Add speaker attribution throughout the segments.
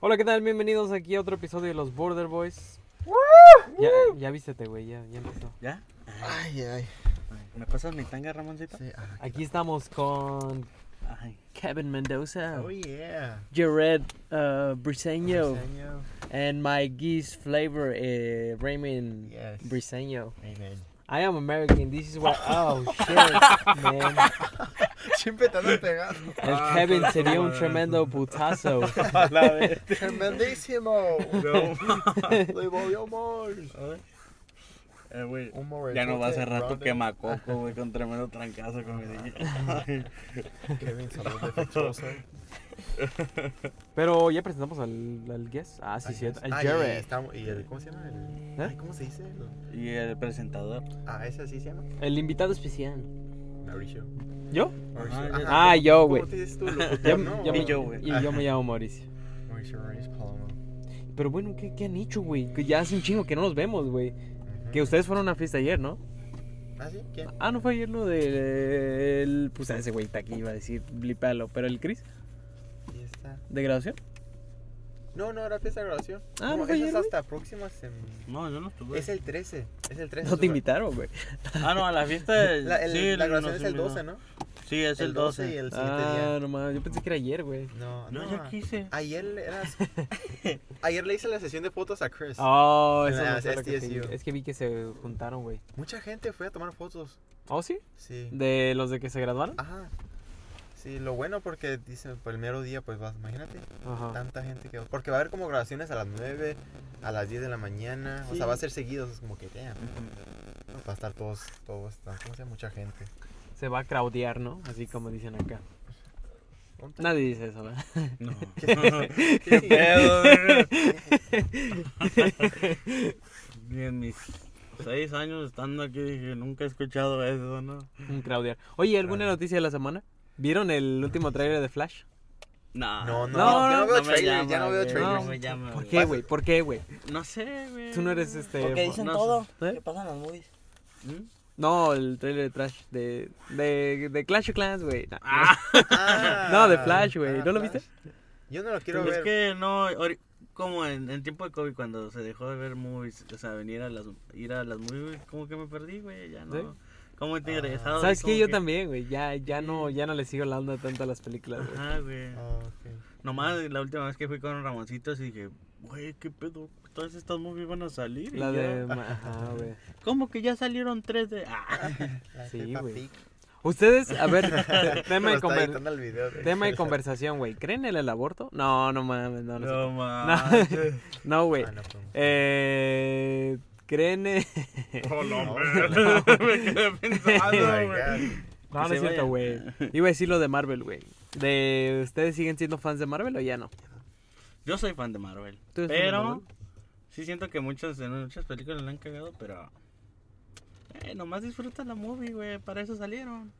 Speaker 1: Hola, ¿qué tal? Bienvenidos aquí a otro episodio de los Border Boys. Ya, ya vístete, güey, ya, ya empezó.
Speaker 2: ¿Ya?
Speaker 3: Ay, ay.
Speaker 2: Ay, ¿Me pasas mi tanga, Ramoncito?
Speaker 3: Sí, ah,
Speaker 1: Aquí estamos con
Speaker 2: Ay.
Speaker 4: Kevin Mendoza,
Speaker 3: Oh, yeah. Este
Speaker 4: Jared uh, Briseño,
Speaker 3: Diseño.
Speaker 4: and my geese flavor, uh, Raymond
Speaker 3: Yes.
Speaker 4: Briseño.
Speaker 3: Amen.
Speaker 1: I am American. This is what. Oh shit, man.
Speaker 3: Siempre te andas pegando.
Speaker 1: El Kevin sería un tremendo putazo.
Speaker 3: Tremendísimo. Le volvió humor.
Speaker 2: Eh, güey.
Speaker 3: Humor.
Speaker 2: Ya no va a ser rato
Speaker 3: Brandon.
Speaker 2: que macoco, güey, con tremendo trancazo que me di. Ay.
Speaker 3: Kevin, salud defectuoso.
Speaker 1: Pero ya presentamos al, al guest. Ah, sí, cierto. Al
Speaker 3: Ah, Y,
Speaker 1: Jared.
Speaker 3: estamos- y el, ¿Cómo se llama? El,
Speaker 1: ¿Eh?
Speaker 3: ay, ¿Cómo se dice? El-
Speaker 2: Y el presentador.
Speaker 3: Ah, ese sí se llama.
Speaker 1: El invitado especial.
Speaker 3: Mauricio.
Speaker 1: ¿Yo?
Speaker 3: Mauricio.
Speaker 2: ya-
Speaker 1: Ah, yo, güey.
Speaker 3: ¿Cómo te dices tú? locutor,
Speaker 1: Ya-
Speaker 3: no?
Speaker 1: ya me-
Speaker 2: Y yo, güey.
Speaker 1: Y yo me llamo Mauricio.
Speaker 3: Mauricio Ruiz Paloma.
Speaker 1: Pero bueno, ¿qué, qué han hecho, güey? Que ya hace un chingo que no nos vemos, güey.
Speaker 3: Ujú.
Speaker 1: Que ustedes fueron a una fiesta ayer, ¿no?
Speaker 3: ¿Ah, sí? ¿Quién?
Speaker 4: Ah, no fue ayer lo del. Pues ese güey está aquí, iba a decir blipalo, pero el Chris,
Speaker 3: Fiesta.
Speaker 4: de graduación.
Speaker 3: No, no, era fiesta de graduación.
Speaker 4: Ah,
Speaker 3: no,
Speaker 4: no fue
Speaker 3: esa es
Speaker 4: ayer, güey.
Speaker 3: hasta próxima semana.
Speaker 2: No, yo no estuve.
Speaker 3: Es el 13. Es el 13.
Speaker 4: No te
Speaker 3: invito
Speaker 4: invitaron, güey.
Speaker 2: Ah, no, a la fiesta. del-
Speaker 3: La, el, la
Speaker 2: sí, nos
Speaker 3: grabación es el
Speaker 2: invitó.
Speaker 3: 12, ¿no?
Speaker 2: Sí, es el, 12.
Speaker 3: y el Ah. siguiente
Speaker 4: Ah,
Speaker 3: día.
Speaker 4: no mames, yo pensé que era ayer, güey.
Speaker 3: No,
Speaker 2: No,
Speaker 3: no.
Speaker 2: yo quise.
Speaker 3: Ayer eras. ayer le hice la sesión de fotos a Chris.
Speaker 1: Oh, eso
Speaker 3: Ah,
Speaker 1: no sé
Speaker 3: es
Speaker 1: lo que sí.
Speaker 3: TSU.
Speaker 1: Es que vi que se juntaron, güey.
Speaker 3: Mucha gente fue a tomar fotos.
Speaker 1: ¿Oh, sí?
Speaker 3: Sí.
Speaker 1: ¿De los de que se graduaron?
Speaker 3: Ajá. Sí, lo bueno porque dicen, por el mero día, pues vas, imagínate,
Speaker 1: Ajá.
Speaker 3: tanta gente que Porque va a haber como grabaciones a las 9, a las 10 de la mañana. O
Speaker 2: Sí.
Speaker 3: sea, va a ser seguidos, es como que, damn, va a estar todos, todos, tan- ¿cómo se llama? Mucha gente.
Speaker 1: Se va a craudear, ¿no? Así como dicen acá.
Speaker 3: Ponte.
Speaker 1: Nadie dice eso, ¿verdad?
Speaker 2: No.
Speaker 3: ¿Qué
Speaker 2: ¿Qué
Speaker 3: sigue?
Speaker 2: pedo, güey? Ni en mis seis años estando aquí dije, nunca he escuchado eso, ¿no?
Speaker 1: Un craudear. Oye, ¿alguna
Speaker 3: Ah.
Speaker 1: noticia de la semana? ¿Vieron el último trailer de Flash?
Speaker 2: Nah.
Speaker 3: No, no,
Speaker 1: No,
Speaker 3: ya
Speaker 1: no,
Speaker 3: no veo
Speaker 2: me
Speaker 3: trailers,
Speaker 2: llama,
Speaker 3: ya no veo
Speaker 2: güey,
Speaker 3: trailers.
Speaker 2: No me llama,
Speaker 1: ¿Por qué, güey? ¿Por qué, güey?
Speaker 2: No sé, güey.
Speaker 1: Tú no eres este.
Speaker 5: Porque dicen
Speaker 2: no
Speaker 5: todo.
Speaker 1: ¿Eh?
Speaker 5: ¿Qué pasa en las movies?
Speaker 2: ¿Mm?
Speaker 1: No, el trailer de Trash. De, de, de Clash of Clans, güey. No,
Speaker 3: Ah,
Speaker 1: No, de Flash, güey.
Speaker 3: ah,
Speaker 1: ¿No lo
Speaker 3: Flash.
Speaker 1: viste?
Speaker 3: Yo no lo quiero
Speaker 2: es
Speaker 3: ver.
Speaker 2: que no, ahori- como en, en tiempo de COVID, cuando se dejó de ver movies, o sea, venir a las, ir a las movies, güey, como que me perdí, güey, ya no.
Speaker 1: ¿Sí?
Speaker 2: Como que te
Speaker 3: Ah.
Speaker 2: regresado.
Speaker 1: ¿Sabes
Speaker 2: como
Speaker 1: qué? Yo
Speaker 2: que-
Speaker 1: también, güey. Ya, ya, no, ya no le sigo la onda tanto a las películas, güey.
Speaker 2: Ajá, güey.
Speaker 3: Ah, ok.
Speaker 2: Nomás la última vez que fui con Ramoncitos y dije, güey, qué pedo, todas estas movies van a salir. y
Speaker 1: La
Speaker 2: ya-
Speaker 1: de. Ajá, güey.
Speaker 2: ¿Cómo que ya salieron tres de.? Ah.
Speaker 3: La
Speaker 1: Sí,
Speaker 3: Peppa
Speaker 1: güey.
Speaker 3: Pig.
Speaker 1: Ustedes, a ver, te-
Speaker 3: Pero
Speaker 1: tema de
Speaker 3: está
Speaker 1: conver-
Speaker 3: editando el video, güey.
Speaker 1: Tema de conversación, güey. ¿Creen en el aborto? No, no mames, no, no. sé.
Speaker 2: No manches.
Speaker 1: No, güey.
Speaker 3: Ah, no, pues,
Speaker 1: Eh, ¿Creen en...
Speaker 3: no,
Speaker 2: Oh, me quedé pensando,
Speaker 3: oh my
Speaker 2: Ah, güey.
Speaker 3: God.
Speaker 1: No, no
Speaker 2: se
Speaker 1: es cierto, güey.
Speaker 2: vayan.
Speaker 1: Iba a decir lo de Marvel, güey. De... ¿Ustedes siguen siendo fans de Marvel o ya no?
Speaker 2: Yo soy fan de Marvel.
Speaker 1: ¿Tú eres fan de
Speaker 2: pero
Speaker 1: Marvel?
Speaker 2: sí siento que muchas, en muchas películas la han cagado, pero... Eh, nomás disfruta la movie, güey. Para eso salieron.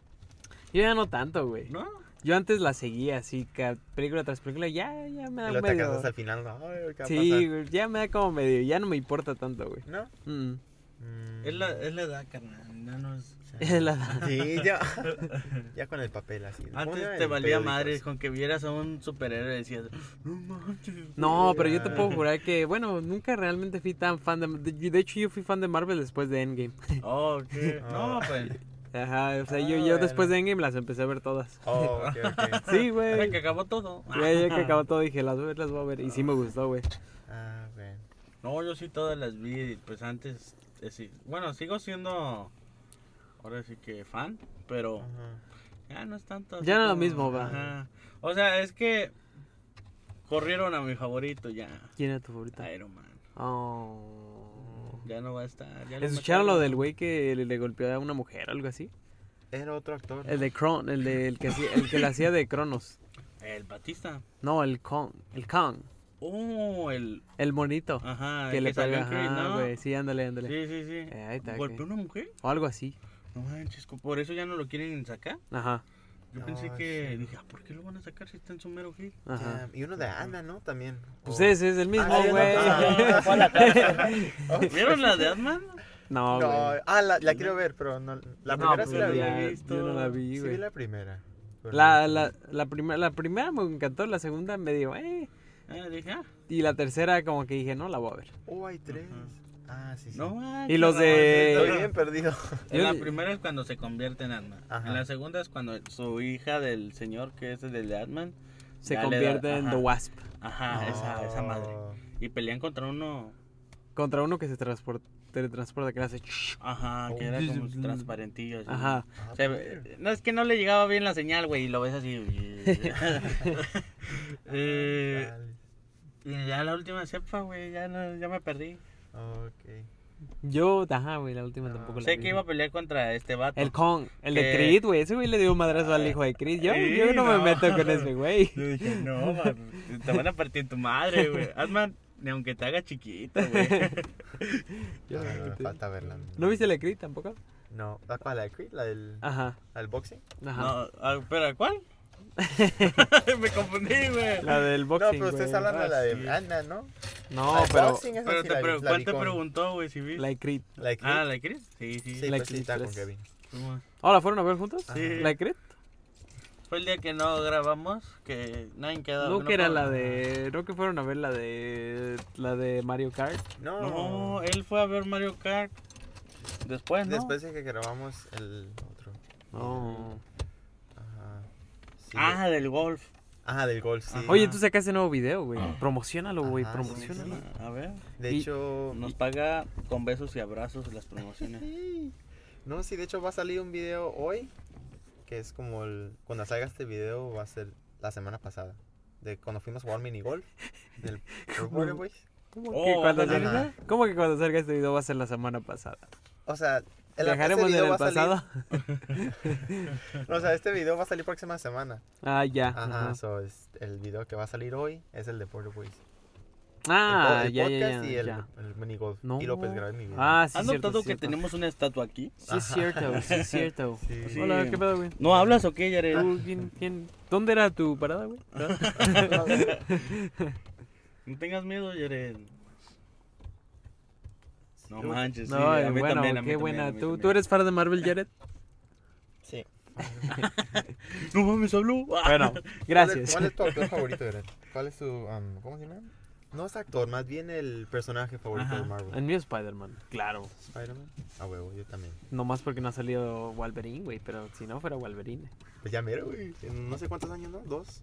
Speaker 1: Yo ya no tanto, güey.
Speaker 2: ¿No?
Speaker 1: Yo antes la seguía así, ca- película tras película. Ya, ya me
Speaker 3: Y
Speaker 1: da
Speaker 3: luego te casas
Speaker 1: medio...
Speaker 3: hasta el final. ¿no? Ay, ¿qué va a
Speaker 1: Sí,
Speaker 3: pasar?
Speaker 1: güey, ya me da como medio. Ya no me importa tanto, güey.
Speaker 3: ¿No?
Speaker 1: Mm.
Speaker 3: Mm.
Speaker 2: Es la, es la edad, carnal. Ya no es-
Speaker 1: Es la-
Speaker 3: Sí, ya. ya con el papel así. ¿no? ¿Cómo se llama?
Speaker 2: Antes te
Speaker 3: El
Speaker 2: valía
Speaker 3: periódico,
Speaker 2: madre
Speaker 3: así.
Speaker 2: con que vieras a un superhéroe y decías... No manches.
Speaker 1: No,
Speaker 3: Sí,
Speaker 1: pero yo te
Speaker 3: ya.
Speaker 1: puedo jurar que, bueno, nunca realmente fui tan fan de... De de hecho, yo fui fan de Marvel después de Endgame.
Speaker 2: Oh, ¿qué? No,
Speaker 3: Ah.
Speaker 2: pues...
Speaker 1: Ajá, o sea,
Speaker 3: Ah,
Speaker 1: yo, yo
Speaker 3: bueno.
Speaker 1: después de Endgame las empecé a ver todas.
Speaker 3: Oh, ok, ok.
Speaker 1: Sí,
Speaker 2: Ahora
Speaker 1: güey.
Speaker 2: que acabó todo.
Speaker 1: Ya, ya que acabó todo dije, las, voy- las voy a ver. Y sí me gustó, güey.
Speaker 3: Ah, güey.
Speaker 2: No, yo sí todas las vi, pues antes, eh, sí. bueno, sigo siendo, ahora sí que fan, pero
Speaker 3: Ajá.
Speaker 2: ya no es tanto. así
Speaker 1: Ya no es lo
Speaker 2: como-
Speaker 1: mismo, va.
Speaker 2: Ajá. O sea, es que corrieron a mi favorito ya,
Speaker 1: ¿Quién era tu favorita?
Speaker 2: Iron Man,
Speaker 1: Oh.
Speaker 2: ya no va a estar. ya
Speaker 1: ¿Escucharon lo
Speaker 2: mataron.
Speaker 1: del güey que le, le golpeó a una mujer o algo así?
Speaker 3: Era otro actor.
Speaker 1: El de Kron, el, de, el, que, hacía- el que le hacía de Cronos.
Speaker 2: El Batista.
Speaker 1: No, el Kong. El Kong.
Speaker 2: Oh, el,
Speaker 1: El monito.
Speaker 2: ajá,
Speaker 1: que
Speaker 2: Ah, el
Speaker 1: le
Speaker 2: salió
Speaker 1: pegó.
Speaker 2: en Creed,
Speaker 1: Ajá,
Speaker 2: ¿no?
Speaker 1: güey. Sí, ándale, ándale.
Speaker 2: Sí, sí, sí.
Speaker 1: Eh, ahí está,
Speaker 2: ¿Golpeó
Speaker 1: que-
Speaker 2: una mujer?
Speaker 1: O algo así.
Speaker 2: No manches, por eso ya no lo quieren sacar.
Speaker 1: Ajá,
Speaker 2: Yo pensé
Speaker 3: Ah,
Speaker 2: que,
Speaker 3: sí.
Speaker 2: dije, ah, ¿por qué lo van a sacar si está en su mero hit?
Speaker 1: ajá.
Speaker 3: Damn, Y uno de Ana, ¿no? También.
Speaker 1: Pues
Speaker 3: Oh.
Speaker 1: ese es el mismo,
Speaker 3: Ah, ya no,
Speaker 1: güey.
Speaker 3: ah,
Speaker 5: Fue a la cárcel.
Speaker 2: ¿Vieron la de Ant-Man?
Speaker 1: No,
Speaker 3: No,
Speaker 1: güey.
Speaker 3: ah, la, la quiero ver, pero no. La
Speaker 1: No,
Speaker 3: primera
Speaker 1: pues
Speaker 3: sí la vi.
Speaker 1: ya-
Speaker 2: había visto.
Speaker 1: Yo no la vi,
Speaker 3: Sí
Speaker 1: güey.
Speaker 3: vi la primera. pero
Speaker 1: La,
Speaker 3: no-
Speaker 1: la, la, prima- la primera me encantó, la segunda medio, eh.
Speaker 2: Ah, dije, ah.
Speaker 1: Y la tercera como que dije, no, la voy a ver.
Speaker 3: Oh, hay tres. Ah, sí, sí.
Speaker 2: No, manches,
Speaker 1: Y los
Speaker 2: no,
Speaker 1: de-
Speaker 2: no, no, no.
Speaker 3: Estoy bien perdido.
Speaker 2: En la
Speaker 1: Yo-
Speaker 2: primera es cuando se convierte en Atman.
Speaker 3: Ajá.
Speaker 2: En la segunda es cuando su hija del señor, que es el de Atman,
Speaker 1: Se
Speaker 2: ya le da-
Speaker 1: convierte en Ah.
Speaker 2: ajá.
Speaker 1: The Wasp.
Speaker 2: Ajá, Ah, esa,
Speaker 3: Ah,
Speaker 2: esa madre.
Speaker 3: No.
Speaker 2: Y pelean contra uno,
Speaker 1: Contra uno que se transpor- teletransporta, que le hace...
Speaker 2: ajá, que era como transparentillo. así.
Speaker 1: Ajá.
Speaker 3: Ah,
Speaker 2: O sea,
Speaker 3: perro.
Speaker 2: no es que no le llegaba bien la señal, güey, y lo ves así. Eh,
Speaker 3: Chale.
Speaker 2: y ya la última cepa, güey, ya, no- ya me perdí.
Speaker 3: Ok.
Speaker 1: Yo, ajá, güey, la última tampoco la
Speaker 2: Sé
Speaker 1: vi.
Speaker 2: que iba a pelear contra este vato.
Speaker 1: El Kong, el de
Speaker 2: Que-
Speaker 1: Creed, güey. Ese güey le dio madrazo al hijo de Creed. Yo,
Speaker 2: Sí,
Speaker 1: yo no, me
Speaker 2: no.
Speaker 1: meto con ese güey.
Speaker 2: Yo dije, no, ma, te van a partir tu madre, güey. Atman, ni aunque te haga chiquito, güey.
Speaker 1: Yo no
Speaker 3: Ah,
Speaker 1: me
Speaker 3: no, me
Speaker 1: metí.
Speaker 3: falta verla.
Speaker 1: ¿No viste Ah. la de Creed tampoco?
Speaker 3: No. ¿La cuál? ¿La de Creed? ¿La del,
Speaker 1: Ajá,
Speaker 3: la del boxing?
Speaker 1: ajá.
Speaker 2: No, ah, ¿pero cuál? me confundí, güey.
Speaker 1: La del
Speaker 3: no,
Speaker 1: boxing,
Speaker 3: pero ustedes
Speaker 1: güey.
Speaker 3: hablan de la de
Speaker 2: Ah, sí.
Speaker 3: Anna, ¿no?
Speaker 1: No,
Speaker 3: la de
Speaker 1: pero
Speaker 3: boxing, eh. esa
Speaker 2: Pero
Speaker 3: sí
Speaker 2: te
Speaker 3: la vi,
Speaker 2: pre-
Speaker 3: la
Speaker 2: ¿cuál
Speaker 3: vi
Speaker 2: te
Speaker 3: con-
Speaker 2: preguntó, güey, si viste?
Speaker 1: la de Creed.
Speaker 3: La de Creed.
Speaker 2: Ah, ¿la de Chris? Sí, sí.
Speaker 3: Sí,
Speaker 1: la
Speaker 3: pues
Speaker 1: de
Speaker 3: sí, estaba
Speaker 1: Creed
Speaker 3: con
Speaker 1: tres.
Speaker 3: Kevin.
Speaker 2: Fuimos.
Speaker 1: ¿Oh, la fueron a ver juntos?
Speaker 2: Sí.
Speaker 1: ¿La de Creed?
Speaker 2: Fue el día que no grabamos, que nadie quedó.
Speaker 1: No, que era la
Speaker 2: grabó.
Speaker 1: de... No que fueron a ver la de... La de Mario Kart.
Speaker 3: No.
Speaker 2: No, él fue a ver Mario Kart. Después, ¿no?
Speaker 3: Después de que grabamos el otro.
Speaker 1: No.
Speaker 3: Ajá. Sí.
Speaker 2: Ah, del golf.
Speaker 3: Ajá, del golf, sí.
Speaker 2: Ajá.
Speaker 1: Oye, tú sacaste nuevo video, güey. Promocionalo, güey.
Speaker 3: Ajá, sí, sí,
Speaker 1: Promocionalo.
Speaker 2: A ver.
Speaker 3: De
Speaker 1: y-
Speaker 3: hecho,
Speaker 2: Nos paga con besos y abrazos las promociones.
Speaker 3: Sí. No, sí, de hecho va a salir un video hoy, que es como el... Cuando salga este video va a ser la semana pasada, de cuando fuimos a jugar minigolf, del Pro Bowl, güey.
Speaker 1: ¿Cómo,
Speaker 2: Oh,
Speaker 1: que cuando
Speaker 2: ándale.
Speaker 1: salga, ¿Cómo que cuando salga este video va a ser la semana pasada?
Speaker 3: O sea... el- este
Speaker 1: ¿Dejaremos
Speaker 3: video
Speaker 1: en
Speaker 3: va
Speaker 1: el
Speaker 3: a salir-
Speaker 1: pasado?
Speaker 3: no, o sea, este video va a salir próxima semana.
Speaker 1: Ah, ya.
Speaker 3: Ajá,
Speaker 1: ajá.
Speaker 3: so, es- el video que va a salir hoy es el de Porter Boys. El po-
Speaker 1: Ah,
Speaker 3: el,
Speaker 1: ya, ya,
Speaker 3: podcast
Speaker 1: ya,
Speaker 3: y el,
Speaker 1: ya.
Speaker 3: el minigolf.
Speaker 1: No.
Speaker 3: Y López grabé mi video.
Speaker 1: Ah, sí,
Speaker 2: ¿Has
Speaker 1: cierto,
Speaker 2: notado
Speaker 1: sí,
Speaker 2: que
Speaker 1: cierto.
Speaker 2: tenemos una estatua aquí?
Speaker 1: Sí, es cierto, sí, es cierto.
Speaker 3: Sí.
Speaker 2: Sí.
Speaker 1: Hola, ¿qué pedo, güey?
Speaker 2: ¿No hablas o qué,
Speaker 3: Eh,
Speaker 2: Jared?
Speaker 1: ¿Tú, quién, quién- ¿Dónde era tu parada, güey?
Speaker 2: No tengas miedo, Jared. No
Speaker 3: Sí.
Speaker 2: manches, sí,
Speaker 1: No,
Speaker 2: a mí
Speaker 1: bueno,
Speaker 2: también, a mí
Speaker 1: qué
Speaker 2: también, a
Speaker 1: buena.
Speaker 2: mí
Speaker 1: ¿Tú,
Speaker 2: también.
Speaker 1: ¿Tú eres fan de Marvel, Jared?
Speaker 3: Sí.
Speaker 2: No mames, habló. Ah.
Speaker 1: Bueno, gracias.
Speaker 3: ¿Cuál es, cuál es tu actor favorito, Eren? ¿Cuál es tu... um, ¿Cómo se llama? No es actor, más bien el personaje favorito
Speaker 2: Ajá.
Speaker 3: de Marvel.
Speaker 1: El mío es Spider-Man, claro.
Speaker 3: Spider-Man. Ah, huevo, yo también.
Speaker 1: Nomás porque no ha salido Wolverine, güey, pero si no fuera Wolverine.
Speaker 3: Pues ya mero, güey. En no sé cuántos años, ¿no? ¿Dos?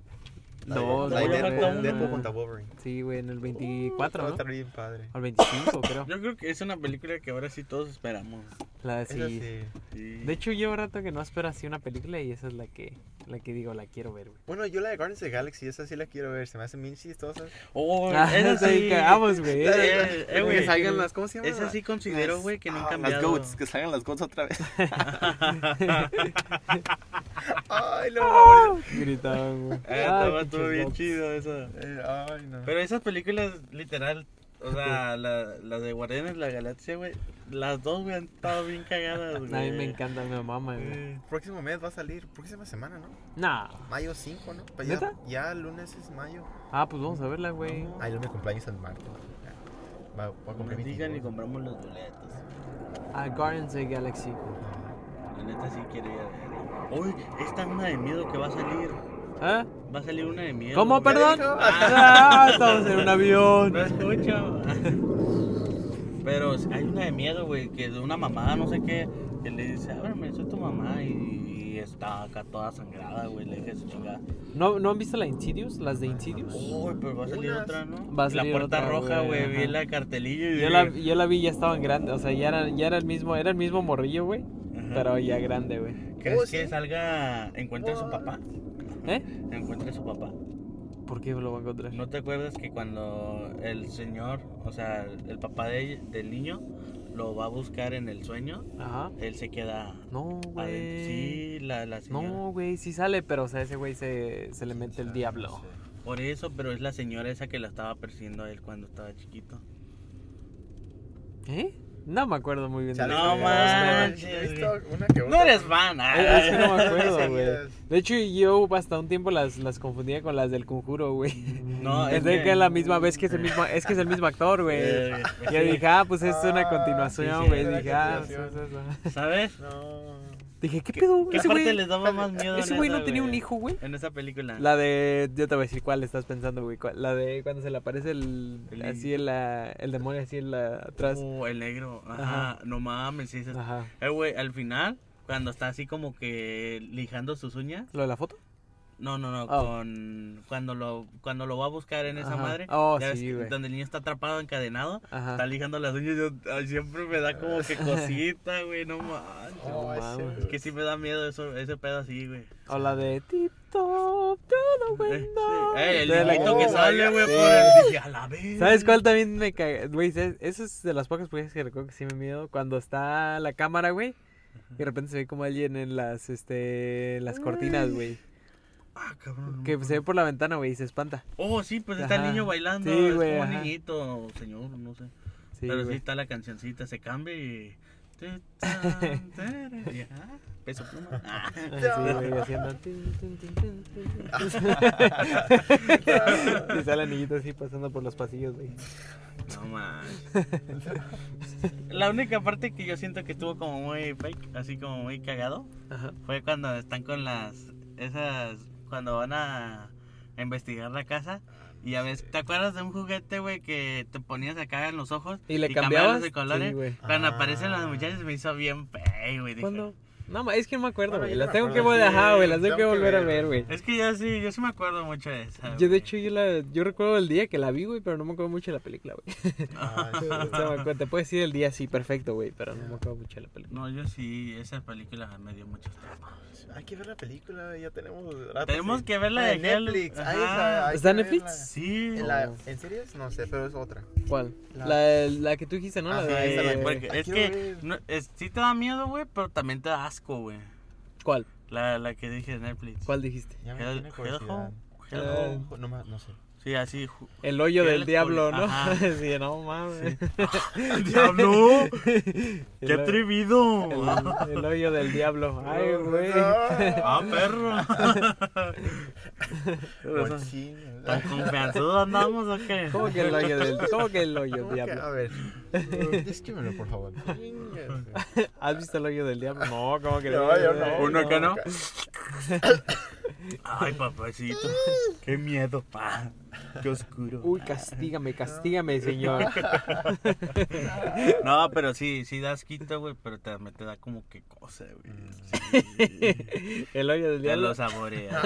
Speaker 3: La de-
Speaker 1: Dos,
Speaker 3: La de
Speaker 2: güey.
Speaker 3: Deadpool, Deadpool
Speaker 1: Ajá.
Speaker 3: contra Wolverine.
Speaker 1: Sí, güey, en el
Speaker 3: Va a
Speaker 1: 24, ¿no?
Speaker 3: estar bien padre.
Speaker 1: O el 25, creo.
Speaker 2: Yo creo que es una película que ahora sí todos esperamos.
Speaker 1: La de-
Speaker 3: Esa
Speaker 1: sí.
Speaker 3: sí.
Speaker 2: Sí.
Speaker 1: De hecho, llevo rato que no espero así una película y esa es la que, la que digo, la quiero ver, güey.
Speaker 3: Bueno, yo la de Guardians of the Galaxy, esa sí la quiero ver. Se me hace bien chistosa.
Speaker 2: Oh,
Speaker 1: Ah,
Speaker 2: esa
Speaker 1: sí,
Speaker 2: sí.
Speaker 1: cagamos, güey.
Speaker 2: Eh, eh,
Speaker 3: Pero
Speaker 2: güey.
Speaker 3: que salgan las... ¿Cómo se llama?
Speaker 2: Esa sí considero, güey, que no han
Speaker 3: Ah,
Speaker 2: cambiado.
Speaker 3: Las goats, que salgan las goats otra vez. Ay, lo favorito.
Speaker 1: Gritaban, güey.
Speaker 2: Eh,
Speaker 1: Ah,
Speaker 2: estaba
Speaker 1: qué
Speaker 2: todo bien
Speaker 1: chismoso.
Speaker 2: chido eso.
Speaker 3: Eh, Ay, no.
Speaker 2: Pero esas películas, literal, o sea, la- las de Guardianes de la Galaxia, güey, las dos, güey, han estado bien cagadas, güey.
Speaker 1: A mí me encanta, me mama, güey.
Speaker 2: Eh,
Speaker 3: Próximo mes va a salir. Próxima semana, ¿no?
Speaker 1: Nah.
Speaker 3: Mayo 5, ¿no? Pues ya-
Speaker 1: ¿Neta?
Speaker 3: Ya, el lunes es mayo.
Speaker 1: Ah, pues vamos a verla, güey.
Speaker 3: Ay, lunes cumpleaños el martes. Ah, Va, va a
Speaker 2: Nos
Speaker 3: comprar mi
Speaker 2: digan y
Speaker 3: tiempo.
Speaker 2: compramos los boletos.
Speaker 1: A Ah, Guardians of the Galaxy.
Speaker 3: Ah,
Speaker 2: La neta sí quiero ir a ver. Uy, esta una de miedo que va a salir.
Speaker 1: ¿Ah?
Speaker 2: Va a salir una de miedo.
Speaker 1: ¿Cómo,
Speaker 2: güey.
Speaker 1: perdón?
Speaker 3: dijo.
Speaker 1: Ah, estamos en un
Speaker 2: No
Speaker 1: avión.
Speaker 2: escucho. Pero hay una de miedo, güey, que de una mamá, no sé qué, que le dice, ábreme, soy tu mamá. Y, y está acá toda sangrada, güey, le dije su chingada.
Speaker 1: ¿No, ¿No han visto la Insidious? ¿Las de Insidious?
Speaker 2: Uy, pero va a salir
Speaker 3: Unas.
Speaker 2: otra, ¿no?
Speaker 1: Va a
Speaker 2: Y
Speaker 1: salir
Speaker 2: la puerta
Speaker 1: otra,
Speaker 2: roja,
Speaker 1: güey,
Speaker 2: güey, vi
Speaker 1: ajá.
Speaker 2: la cartelilla y
Speaker 1: Yo la, yo la vi, ya estaban grandes. O sea, ya era, ya era el mismo, era el mismo morrillo, güey. Pero ya grande, güey.
Speaker 2: ¿Crees
Speaker 3: Oh,
Speaker 2: que
Speaker 3: sí.
Speaker 2: salga, encuentre a su
Speaker 3: What?
Speaker 2: papá?
Speaker 1: ¿Eh?
Speaker 2: Encuentre a su papá.
Speaker 1: ¿Por qué lo va a encontrar?
Speaker 2: ¿No te acuerdas que cuando el señor, o sea, el papá de- del niño, lo va a buscar en el sueño,
Speaker 1: Ajá.
Speaker 2: él se queda
Speaker 1: No,
Speaker 2: adentro?
Speaker 1: güey.
Speaker 2: Sí, la, la señora.
Speaker 1: No, güey, sí sale, pero o sea, ese güey se, se le mete el diablo.
Speaker 2: Por eso, pero es la señora esa que la estaba persiguiendo a él cuando estaba chiquito.
Speaker 1: ¿Eh? No me acuerdo muy bien. de
Speaker 3: Chale,
Speaker 1: la
Speaker 2: No
Speaker 1: historia.
Speaker 2: manches,
Speaker 3: ¿Has
Speaker 2: güey.
Speaker 3: visto una que
Speaker 2: No
Speaker 3: otra?
Speaker 2: eres fan, ah.
Speaker 1: Es, es que no me
Speaker 3: Sí,
Speaker 1: acuerdo, güey.
Speaker 3: es.
Speaker 1: De hecho, yo hasta un tiempo las, las confundía con las del conjuro, güey.
Speaker 2: No,
Speaker 1: Pensé que es la misma vez que es el mismo, es que es el mismo actor, güey.
Speaker 2: Eh,
Speaker 1: Yo dije, ah, pues es una
Speaker 3: Ah,
Speaker 1: continuación,
Speaker 2: sí,
Speaker 1: güey.
Speaker 3: sí, es una
Speaker 1: Dije, ah, sí,
Speaker 3: continuación.
Speaker 1: sí, sí.
Speaker 2: ¿Sabes?
Speaker 3: No.
Speaker 1: Dije, ¿qué pedo?
Speaker 2: ¿Qué
Speaker 1: Ese
Speaker 2: parte
Speaker 1: güey
Speaker 2: les daba más miedo? en
Speaker 1: ese güey
Speaker 2: esa,
Speaker 1: no tenía un hijo, güey.
Speaker 2: En esa película.
Speaker 1: La de. Yo te voy a decir cuál estás pensando, güey. cuál- La de cuando se le aparece el.
Speaker 2: El-
Speaker 1: así en la. El demonio así en la. atrás.
Speaker 2: Oh, el negro. Ajá.
Speaker 1: Ajá.
Speaker 2: No mames, sí, esa-
Speaker 1: Ajá.
Speaker 2: Eh, güey, al final, cuando está así como que lijando sus uñas.
Speaker 1: ¿Lo de la foto?
Speaker 2: No, no, no,
Speaker 1: Oh.
Speaker 2: con cuando lo cuando lo va a buscar en esa
Speaker 1: Ajá.
Speaker 2: madre,
Speaker 1: Oh,
Speaker 2: ya ves
Speaker 1: sí,
Speaker 2: que-
Speaker 1: güey.
Speaker 2: donde el niño está atrapado encadenado,
Speaker 1: Ajá.
Speaker 2: está lijando las uñas, yo ay, siempre me da como que cosita, güey, no manches.
Speaker 1: No
Speaker 3: Oh,
Speaker 1: mames.
Speaker 2: Es que sí me da miedo eso, ese pedo así, güey.
Speaker 1: O la de. Tip top, todo
Speaker 2: Eh,
Speaker 1: bueno.
Speaker 2: sí. Eh, el
Speaker 1: De la-
Speaker 2: niñito que
Speaker 3: Oh,
Speaker 2: sale, güey,
Speaker 3: sí.
Speaker 2: por el dije, a la vez.
Speaker 1: ¿Sabes cuál también me caga? Güey, ¿sabes? eso es de las pocas películas que recuerdo que sí me miedo. Cuando está la cámara, güey. Y de repente se ve como alguien en las, este, las cortinas, güey.
Speaker 2: Ah, cabrón. no
Speaker 1: Que
Speaker 2: me
Speaker 1: se ve
Speaker 2: acuerdo.
Speaker 1: por la ventana, güey, y se espanta.
Speaker 2: Oh, sí, pues está
Speaker 1: Ajá.
Speaker 2: el niño bailando,
Speaker 1: Sí,
Speaker 2: es
Speaker 1: güey,
Speaker 2: como un
Speaker 1: ajá.
Speaker 2: niñito, señor, no sé.
Speaker 1: Sí,
Speaker 2: Pero sí
Speaker 1: güey.
Speaker 2: está la cancioncita, se cambia y. te- tan, tara, y ajá, Peso pluma. Ah.
Speaker 1: Ah, Sí, güey, haciendo tin, tin, tin, tin, tin. Y sale el niñito así pasando por los pasillos, güey.
Speaker 2: No más. La única parte que yo siento que estuvo como muy fake, así como muy cagado,
Speaker 1: Ajá.
Speaker 2: fue cuando están con las. Esas. Cuando van a, a investigar la casa. Y a veces, ¿te acuerdas de un juguete, güey, que te ponías acá en los ojos?
Speaker 1: ¿Y le cambiabas?
Speaker 2: cambiabas de colores.
Speaker 1: Sí, güey.
Speaker 2: cuando
Speaker 3: Ah.
Speaker 2: aparecen las muchachas me hizo bien fake, güey. dije,
Speaker 1: ¿Cuándo? No, ma, es que no me acuerdo,
Speaker 3: Bueno,
Speaker 1: güey.
Speaker 3: yo
Speaker 1: Las
Speaker 3: me
Speaker 1: tengo que
Speaker 3: acuerdo,
Speaker 1: volver,
Speaker 3: sí,
Speaker 1: ajá, güey. Las tengo
Speaker 3: tengo
Speaker 1: que
Speaker 3: que
Speaker 1: volver a
Speaker 3: ver.
Speaker 1: ver, güey.
Speaker 2: Es que yo sí, yo sí me acuerdo mucho de esa.
Speaker 1: Yo, de
Speaker 2: güey.
Speaker 1: hecho, yo, la, yo recuerdo el día que la vi, güey, pero no me acuerdo mucho de la película, güey.
Speaker 2: Ah,
Speaker 1: O sea, me acuerdo- Te puedes decir el día, sí, perfecto, güey, pero no me acuerdo mucho de la película.
Speaker 2: No, yo sí, esa película me dio mucho trauma.
Speaker 3: Hay que ver la película, ya tenemos rato
Speaker 2: Tenemos
Speaker 3: sin-
Speaker 2: que verla
Speaker 3: Ah,
Speaker 2: de
Speaker 3: en Netflix.
Speaker 2: Hell-
Speaker 3: ahí
Speaker 2: Ajá.
Speaker 3: está, hay
Speaker 1: ¿Está
Speaker 3: que
Speaker 1: en Netflix?
Speaker 3: verla.
Speaker 2: Sí.
Speaker 3: En, la- ¿en series? No sé, pero es otra.
Speaker 1: ¿Cuál?
Speaker 3: La-
Speaker 1: La, la que tú dijiste, ¿no? La
Speaker 3: Ajá,
Speaker 1: de...
Speaker 3: esa la-
Speaker 2: Eh, porque
Speaker 3: la
Speaker 2: es
Speaker 3: quiero
Speaker 2: que
Speaker 3: ver.
Speaker 2: no, es- sí te da miedo, güey, pero también te da asco, güey.
Speaker 1: ¿Cuál?
Speaker 2: La, la que dije de Netflix.
Speaker 1: ¿Cuál dijiste?
Speaker 3: Ya me
Speaker 2: Hell-
Speaker 3: tiene curiosidad.
Speaker 2: Hellhole, Hellhole.
Speaker 3: Hellhole, No, ma- no sé.
Speaker 2: Sí, así. ju-
Speaker 1: El hoyo
Speaker 2: Era
Speaker 1: del
Speaker 2: el
Speaker 1: diablo,
Speaker 2: cole-
Speaker 1: ¿no?
Speaker 2: ajá.
Speaker 1: sí, no mames.
Speaker 2: ¡Diablo!
Speaker 1: El
Speaker 2: ¡Qué
Speaker 1: ho-
Speaker 2: atrevido!
Speaker 1: el- El hoyo del diablo. Ay, güey.
Speaker 2: ¡Ah,
Speaker 3: Ah,
Speaker 2: perro!
Speaker 3: cochino.
Speaker 2: ¿Tan confianzudos andamos o qué?
Speaker 1: ¿Cómo que el hoyo del ¿Cómo que el hoyo
Speaker 3: ¿Cómo
Speaker 1: del
Speaker 3: que? A
Speaker 1: diablo?
Speaker 3: ver, descríbelo, por favor. No,
Speaker 1: ¿Has visto el hoyo del diablo? No, ¿cómo que
Speaker 3: yo no.
Speaker 2: ¿Uno acá no?
Speaker 3: nunca.
Speaker 2: Ay, papacito. Qué miedo, pa. Qué oscuro.
Speaker 1: Uy, castígame, castígame, señor.
Speaker 2: No, pero sí, sí da asquito, güey, pero también te da como que cosa, güey.
Speaker 1: Mm,
Speaker 2: Sí.
Speaker 1: El hoyo del
Speaker 2: Te
Speaker 1: diablo.
Speaker 2: lo saborea.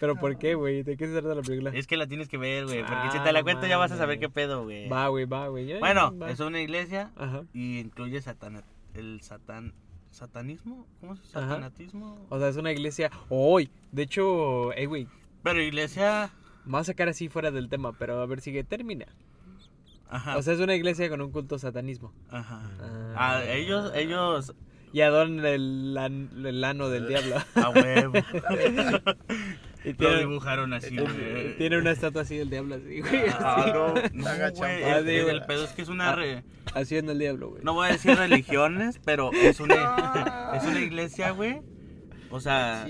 Speaker 1: ¿Pero por qué, güey? ¿De qué se trata la película?
Speaker 2: es que la tienes que ver, güey, porque si
Speaker 1: Ah,
Speaker 2: te la
Speaker 1: no
Speaker 2: cuento ya vas a saber
Speaker 1: mames.
Speaker 2: qué pedo, güey.
Speaker 1: Va, güey, va, güey. Ya,
Speaker 2: Bueno,
Speaker 1: va.
Speaker 2: es una iglesia
Speaker 1: Ajá.
Speaker 2: y incluye satana, el satán, satanismo, ¿cómo se dice?
Speaker 1: Ajá.
Speaker 2: Satanatismo.
Speaker 1: O sea, es una iglesia. Hoy, de hecho, eh, güey,
Speaker 2: Pero iglesia,
Speaker 1: me voy a sacar así fuera del tema, pero a ver, sigue, termina.
Speaker 2: ajá,
Speaker 1: O sea, es una iglesia con un culto satanismo.
Speaker 2: ajá.
Speaker 1: Ah,
Speaker 2: Ah, ellos, ellos,
Speaker 1: Y adoran el, an- el ano del diablo.
Speaker 2: a huevo.
Speaker 1: Y
Speaker 2: Lo
Speaker 1: tiene, eh,
Speaker 2: dibujaron así, güey.
Speaker 1: tiene una estatua así del diablo, así, güey.
Speaker 2: Ah, no, no,
Speaker 3: Está agachado.
Speaker 2: güey,
Speaker 1: Ah,
Speaker 2: el,
Speaker 1: sí, güey.
Speaker 2: el pedo es que es una...
Speaker 1: Ah.
Speaker 2: re-
Speaker 1: Haciendo el diablo, güey.
Speaker 2: No voy a decir religiones, pero es una, es una iglesia, güey. O sea,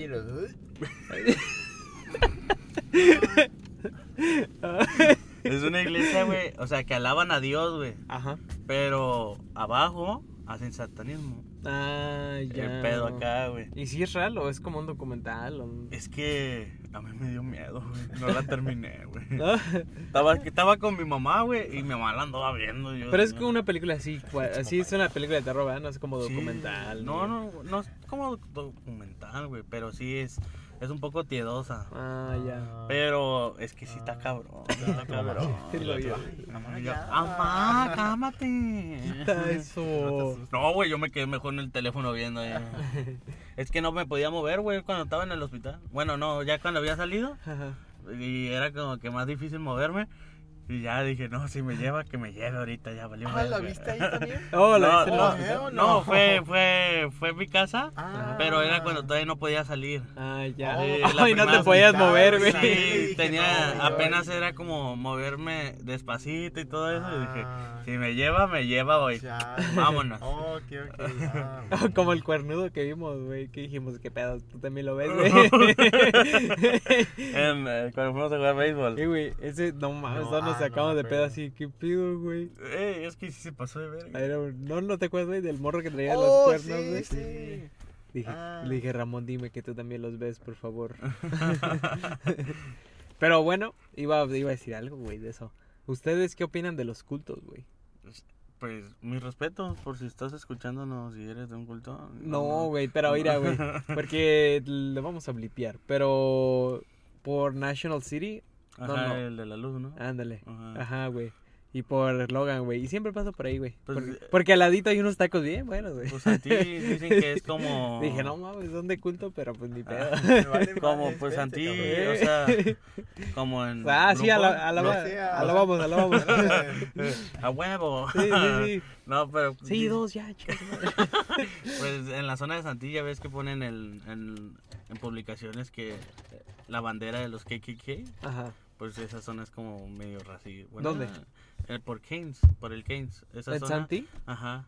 Speaker 2: es una iglesia, güey. O sea, que alaban a Dios, güey.
Speaker 1: Ajá.
Speaker 2: Pero abajo hacen satanismo.
Speaker 1: Ah, ya.
Speaker 2: El pedo acá, güey.
Speaker 1: ¿Y si es real o es como un documental? o un-
Speaker 2: Es que a mí me dio miedo, güey. No la terminé, güey.
Speaker 1: ¿No?
Speaker 2: Estaba, estaba con mi mamá, güey, y mi mamá la andaba viendo. Yo,
Speaker 1: Pero es
Speaker 2: yo-
Speaker 1: como una película así, cua- así es una película de terror, ¿verdad? No es como
Speaker 2: Sí.
Speaker 1: documental.
Speaker 2: No,
Speaker 1: güey.
Speaker 2: no, no es como documental, güey. Pero sí es, es un poco tiedosa.
Speaker 1: Ah, ya.
Speaker 2: Pero es que sí está cabrón. Está cabrón.
Speaker 1: Es lo Ah, yo.
Speaker 2: Mamá, yo, Amá, cálmate.
Speaker 1: Quita eso.
Speaker 2: No, güey, yo me quedé mejor en el teléfono viendo. ahí. Es que no me podía mover, güey, cuando estaba en el hospital. Bueno, no, ya cuando había salido
Speaker 1: Ajá.
Speaker 2: y era como que más difícil moverme. Y ya dije, no, si me lleva, que me lleve ahorita, ya valió.
Speaker 3: Ah, ¿la
Speaker 2: verga.
Speaker 3: viste ahí también?
Speaker 1: Oh, la
Speaker 2: no,
Speaker 1: viste en el hospital.
Speaker 2: no,
Speaker 3: hospital?
Speaker 2: no, fue, fue, fue en mi casa,
Speaker 3: Ah.
Speaker 2: pero era cuando todavía no podía salir.
Speaker 1: Ah, ya.
Speaker 3: Oh,
Speaker 2: Sí, la
Speaker 1: Ay, no te
Speaker 2: primera
Speaker 1: podías
Speaker 3: hospital,
Speaker 1: mover,
Speaker 3: sí.
Speaker 1: güey.
Speaker 2: Sí,
Speaker 3: dije,
Speaker 2: tenía,
Speaker 3: no, yo-
Speaker 2: apenas era como moverme despacito y todo eso.
Speaker 3: Ah.
Speaker 2: Y dije, si me lleva, me lleva hoy.
Speaker 3: Chale.
Speaker 2: Vámonos.
Speaker 3: Ok, ok. ah, bueno.
Speaker 1: Como el cuernudo que vimos, güey, que dijimos, qué pedo, tú también lo ves, güey.
Speaker 2: En, eh, cuando fuimos a jugar béisbol.
Speaker 1: Eh, güey, ese, no mames,
Speaker 3: No,
Speaker 1: todos nos
Speaker 3: ah, no
Speaker 1: sacamos
Speaker 3: me
Speaker 1: de pedo
Speaker 3: acuerdo.
Speaker 1: así, qué pido, güey.
Speaker 2: Eh, es que sí se pasó de verga.
Speaker 1: Era un- No, no te acuerdas, güey, del morro que traía los
Speaker 3: Oh,
Speaker 1: cuernos,
Speaker 3: sí,
Speaker 1: güey.
Speaker 3: sí.
Speaker 1: Dije-
Speaker 3: Ah.
Speaker 1: Le dije, Ramón, dime que tú también los ves, por favor. Pero bueno, iba, iba a decir algo, güey, de eso. ¿Ustedes qué opinan de los cultos, güey?
Speaker 2: Pues, mis respetos por si estás escuchándonos y eres de un culto.
Speaker 1: No, güey, pero mira, güey. Porque lo vamos a blipear. Pero por National City,
Speaker 2: Ajá,
Speaker 1: no, no.
Speaker 2: el de la luz, ¿no?
Speaker 1: ándale.
Speaker 2: Ajá.
Speaker 1: Ajá, güey. Y por Logan, güey. Y siempre paso por ahí, güey.
Speaker 2: Pues,
Speaker 1: porque,
Speaker 2: eh.
Speaker 1: porque al ladito hay unos tacos bien buenos, güey.
Speaker 2: Pues a ti dicen que es como...
Speaker 1: Dije, no mames, son de culto, pero pues ni pedo.
Speaker 3: Me vale
Speaker 2: Como
Speaker 3: madre,
Speaker 2: pues a ti,
Speaker 3: espérense,
Speaker 2: Ah, o sea, como en...
Speaker 1: Ah, sí, a la, a la,
Speaker 3: No sé, a-
Speaker 1: alabamos, alabamos.
Speaker 3: cabrón.
Speaker 2: A huevo.
Speaker 1: Sí, sí, sí.
Speaker 2: No, pero...
Speaker 1: Sí, dos ya, chicos.
Speaker 2: Pues en la zona de Santilla ves que ponen el, en, en publicaciones que la bandera de los KKK,
Speaker 1: Ajá.
Speaker 2: pues esa zona es como medio raci. Bueno,
Speaker 1: ¿Dónde?
Speaker 2: eh, por Keynes, por el Keynes. Esa
Speaker 1: ¿En
Speaker 2: zona,
Speaker 1: Santi?
Speaker 2: Ajá.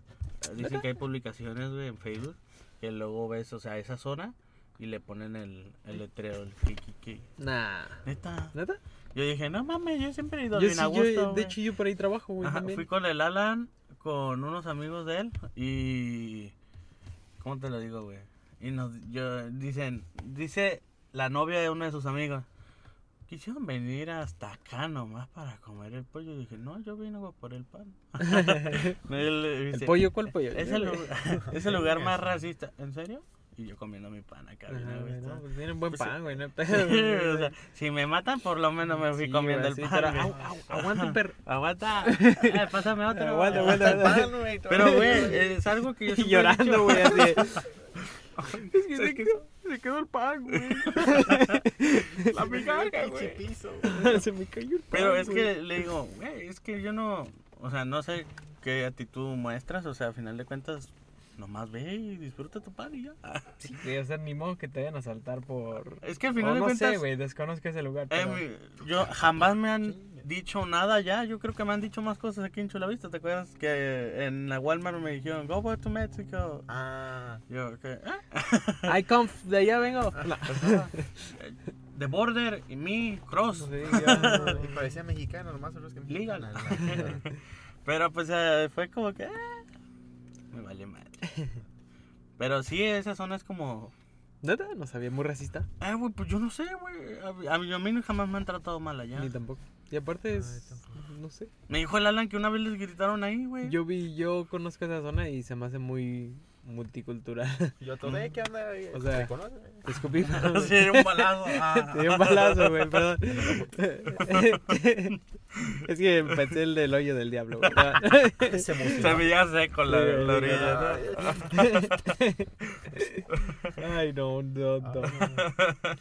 Speaker 2: Dicen que hay publicaciones güey, en Facebook que luego ves, o sea, esa zona y le ponen el, el letrero, el KKK.
Speaker 1: Nah.
Speaker 2: Neta.
Speaker 1: ¿Neta?
Speaker 2: Yo dije, no mames, yo siempre he ido
Speaker 1: Yo
Speaker 2: bien
Speaker 1: sí,
Speaker 2: a gusto.
Speaker 1: yo, de
Speaker 2: güey".
Speaker 1: hecho, yo por ahí trabajo, güey,
Speaker 2: Ajá,
Speaker 1: también.
Speaker 2: fui con el Alan, con unos amigos de él y... ¿Cómo te lo digo, güey? Y nos yo, dicen, dice la novia de uno de sus amigos, quisieron venir hasta acá nomás para comer el pollo. Y dije, no, yo vengo por el pan. Él, eh,
Speaker 1: ¿El
Speaker 2: dice,
Speaker 1: pollo cuál pollo?
Speaker 2: Es el, lugar, es el lugar más racista. ¿En serio? Y yo comiendo mi pan acá. bien a
Speaker 1: Ajá, güey,
Speaker 2: gusto.
Speaker 1: no, pues tienen buen
Speaker 2: Pues sí.
Speaker 1: pan, güey, no hay pedo, güey.
Speaker 2: O sea, si me matan, por lo menos me fui
Speaker 1: Sí, güey,
Speaker 2: comiendo el
Speaker 1: sí,
Speaker 2: pan.
Speaker 1: pero
Speaker 2: güey.
Speaker 1: au, au, aguanta, perro.
Speaker 2: Aguanta. Eh, pásame otro.
Speaker 1: Aguanta,
Speaker 2: güey.
Speaker 1: aguanta, aguanta.
Speaker 3: Pan, güey, todo
Speaker 2: Pero,
Speaker 3: bien,
Speaker 2: güey, es algo que yo siempre he
Speaker 1: Llorando,
Speaker 2: dicho.
Speaker 1: güey, así. de,
Speaker 2: Es que se quedó-
Speaker 1: Se quedó el pan, güey.
Speaker 3: La migaja,
Speaker 2: güey.
Speaker 3: güey. piso.
Speaker 1: Se me cayó el pan.
Speaker 2: Pero es
Speaker 1: güey.
Speaker 2: que le digo, güey, es que yo no, o sea, no sé qué actitud muestras, o sea, al final de cuentas, nomás ve y disfruta tu pan y ya.
Speaker 1: Sí, güey, o sea, ni modo que te vayan a saltar por.
Speaker 2: Es que al
Speaker 1: O
Speaker 2: final de
Speaker 1: no
Speaker 2: cuentas,
Speaker 1: sé, güey, desconozco ese lugar.
Speaker 2: eh,
Speaker 1: pero-
Speaker 2: mi- yo jamás me han dicho nada ya, yo creo que me han dicho más cosas aquí en Chulavista, ¿te acuerdas que en la Walmart me dijeron, go back to Mexico?
Speaker 3: Ah,
Speaker 2: Yo, que, ah,
Speaker 1: I come, f- de allá vengo. No.
Speaker 2: The Border y me, Cross.
Speaker 1: Sí, ya, no, no.
Speaker 3: y parecía mexicano, nomás son los que
Speaker 2: Legal.
Speaker 3: mexicanos. Ah,
Speaker 2: Pero pues eh, fue como que. ah, me vale madre. Pero sí, esa zona es como.
Speaker 1: Neta, no sabía, muy racista.
Speaker 2: Ah, güey, pues yo no sé, güey. A, mí- a mí, a mí jamás me han tratado mal allá.
Speaker 1: Ni tampoco. Y aparte es. No sé.
Speaker 2: Me dijo el Alan que una vez les gritaron ahí, güey.
Speaker 1: Yo vi, yo conozco esa zona y se me hace muy multicultural.
Speaker 3: Yo todo, eh, ¿qué onda? güey?
Speaker 1: O sea,
Speaker 3: ¿Te conoces?
Speaker 1: Disculpe.
Speaker 2: Sí, era un balazo. ah.
Speaker 1: Te dio un balazo, güey, perdón. es que pensé el del hoyo del diablo, güey.
Speaker 3: Se
Speaker 2: Se veía seco la,
Speaker 1: Sí,
Speaker 2: la
Speaker 1: sí,
Speaker 2: orilla. ¿no?
Speaker 1: Ay, no, no, no.
Speaker 3: Ah.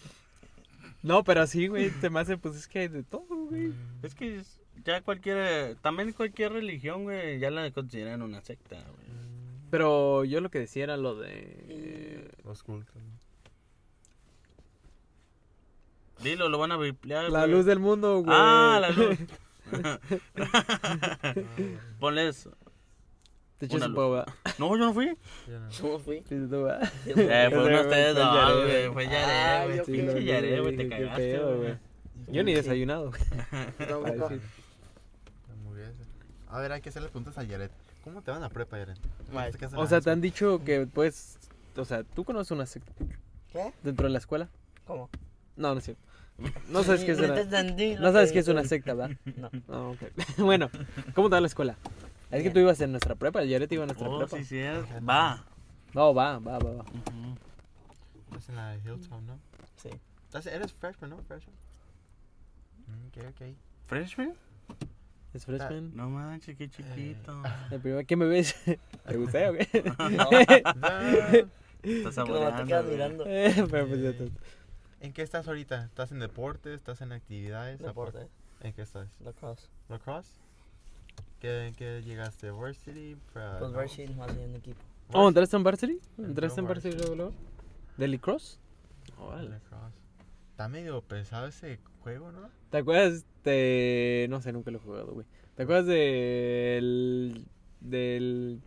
Speaker 1: No, pero sí, güey, se me hace, pues es que hay de todo, güey.
Speaker 2: Es que es- ya cualquier. También cualquier religión, güey, ya la consideran una secta, güey.
Speaker 1: Pero yo lo que decía era lo de...
Speaker 3: Los cultos.
Speaker 2: Dilo, lo van a biplear.
Speaker 1: La
Speaker 2: güey.
Speaker 1: luz del mundo, güey.
Speaker 2: Ah, la luz. Ponles.
Speaker 1: Te echas
Speaker 2: Una
Speaker 1: un
Speaker 2: luz.
Speaker 1: poco, ¿verdad?
Speaker 2: No, yo no fui.
Speaker 3: Ya no.
Speaker 4: ¿Cómo fui?
Speaker 1: Sí, tú, ¿verdad?
Speaker 2: Eh, fueron ustedes
Speaker 1: Fue
Speaker 2: dos,
Speaker 1: Yared.
Speaker 2: güey. Fue
Speaker 4: Ah,
Speaker 2: Yaré,
Speaker 4: yo
Speaker 2: güey. Pinche
Speaker 4: creo,
Speaker 2: Yaré, güey.
Speaker 1: dije,
Speaker 2: Te
Speaker 1: qué
Speaker 2: cagaste,
Speaker 1: pedo,
Speaker 2: güey.
Speaker 1: güey. Yo ni
Speaker 4: Sí.
Speaker 1: desayunado, güey.
Speaker 4: Tampoco.
Speaker 1: Ay, sí.
Speaker 3: La hamburguesa. Pues A ver, hay que hacerle preguntas a Yaret. ¿Cómo te van a prepa, Yaret?
Speaker 4: Mal.
Speaker 3: ¿Qué haces en
Speaker 1: O
Speaker 3: la
Speaker 1: sea,
Speaker 3: high
Speaker 1: te han dicho que, pues... O sea, ¿tú conoces una secta
Speaker 4: ¿Qué?
Speaker 1: dentro de la escuela?
Speaker 4: ¿Cómo?
Speaker 1: No, no es cierto. No sabes qué es una... No
Speaker 4: No
Speaker 1: sabes qué es una secta, ¿verdad?
Speaker 4: No.
Speaker 1: Ah, ok. bueno, ¿cómo te va la escuela? Es que tú ibas en nuestra prepa, el Yaret iba en nuestra
Speaker 2: Oh,
Speaker 1: prepa.
Speaker 2: sí, sí. es- Va.
Speaker 1: No, va, va, va, va.
Speaker 2: Ujú.
Speaker 3: school? Estás Pues en la Hilltown, ¿no?
Speaker 4: Sí.
Speaker 3: Estás- Eres freshman, ¿no? Freshman. Mm, Ok, ok.
Speaker 2: ¿Freshman?
Speaker 1: Es freshman.
Speaker 2: No manches, qué chiquito.
Speaker 1: El primero, ¿qué me ves? ¿Te gusté o qué?
Speaker 3: Da-
Speaker 2: Estás
Speaker 4: Que nomás te quedas mirando.
Speaker 1: Pero pues ya está.
Speaker 3: ¿En qué estás ahorita? ¿Estás en deportes? ¿Estás en actividades? Aparte-
Speaker 5: ¿eh?
Speaker 4: Deporte,
Speaker 3: ¿En qué estás?
Speaker 4: lacrosse.
Speaker 3: ¿Lacrosse? ¿Qué, ¿En qué llegaste? ¿Varsity? Pra-
Speaker 4: Pues
Speaker 3: Ah, no.
Speaker 4: Varsity más bien equipo.
Speaker 1: Oh, ¿entraste en varsity? ¿Entraste
Speaker 3: Entró
Speaker 1: en varsity
Speaker 3: varsity.
Speaker 1: luego, luego? ¿Deli Cross? Órale.
Speaker 3: Lacrosse. Está medio pesado ese juego, ¿no?
Speaker 1: ¿Te acuerdas de... No sé, nunca lo he jugado, güey. ¿Te acuerdas del... del...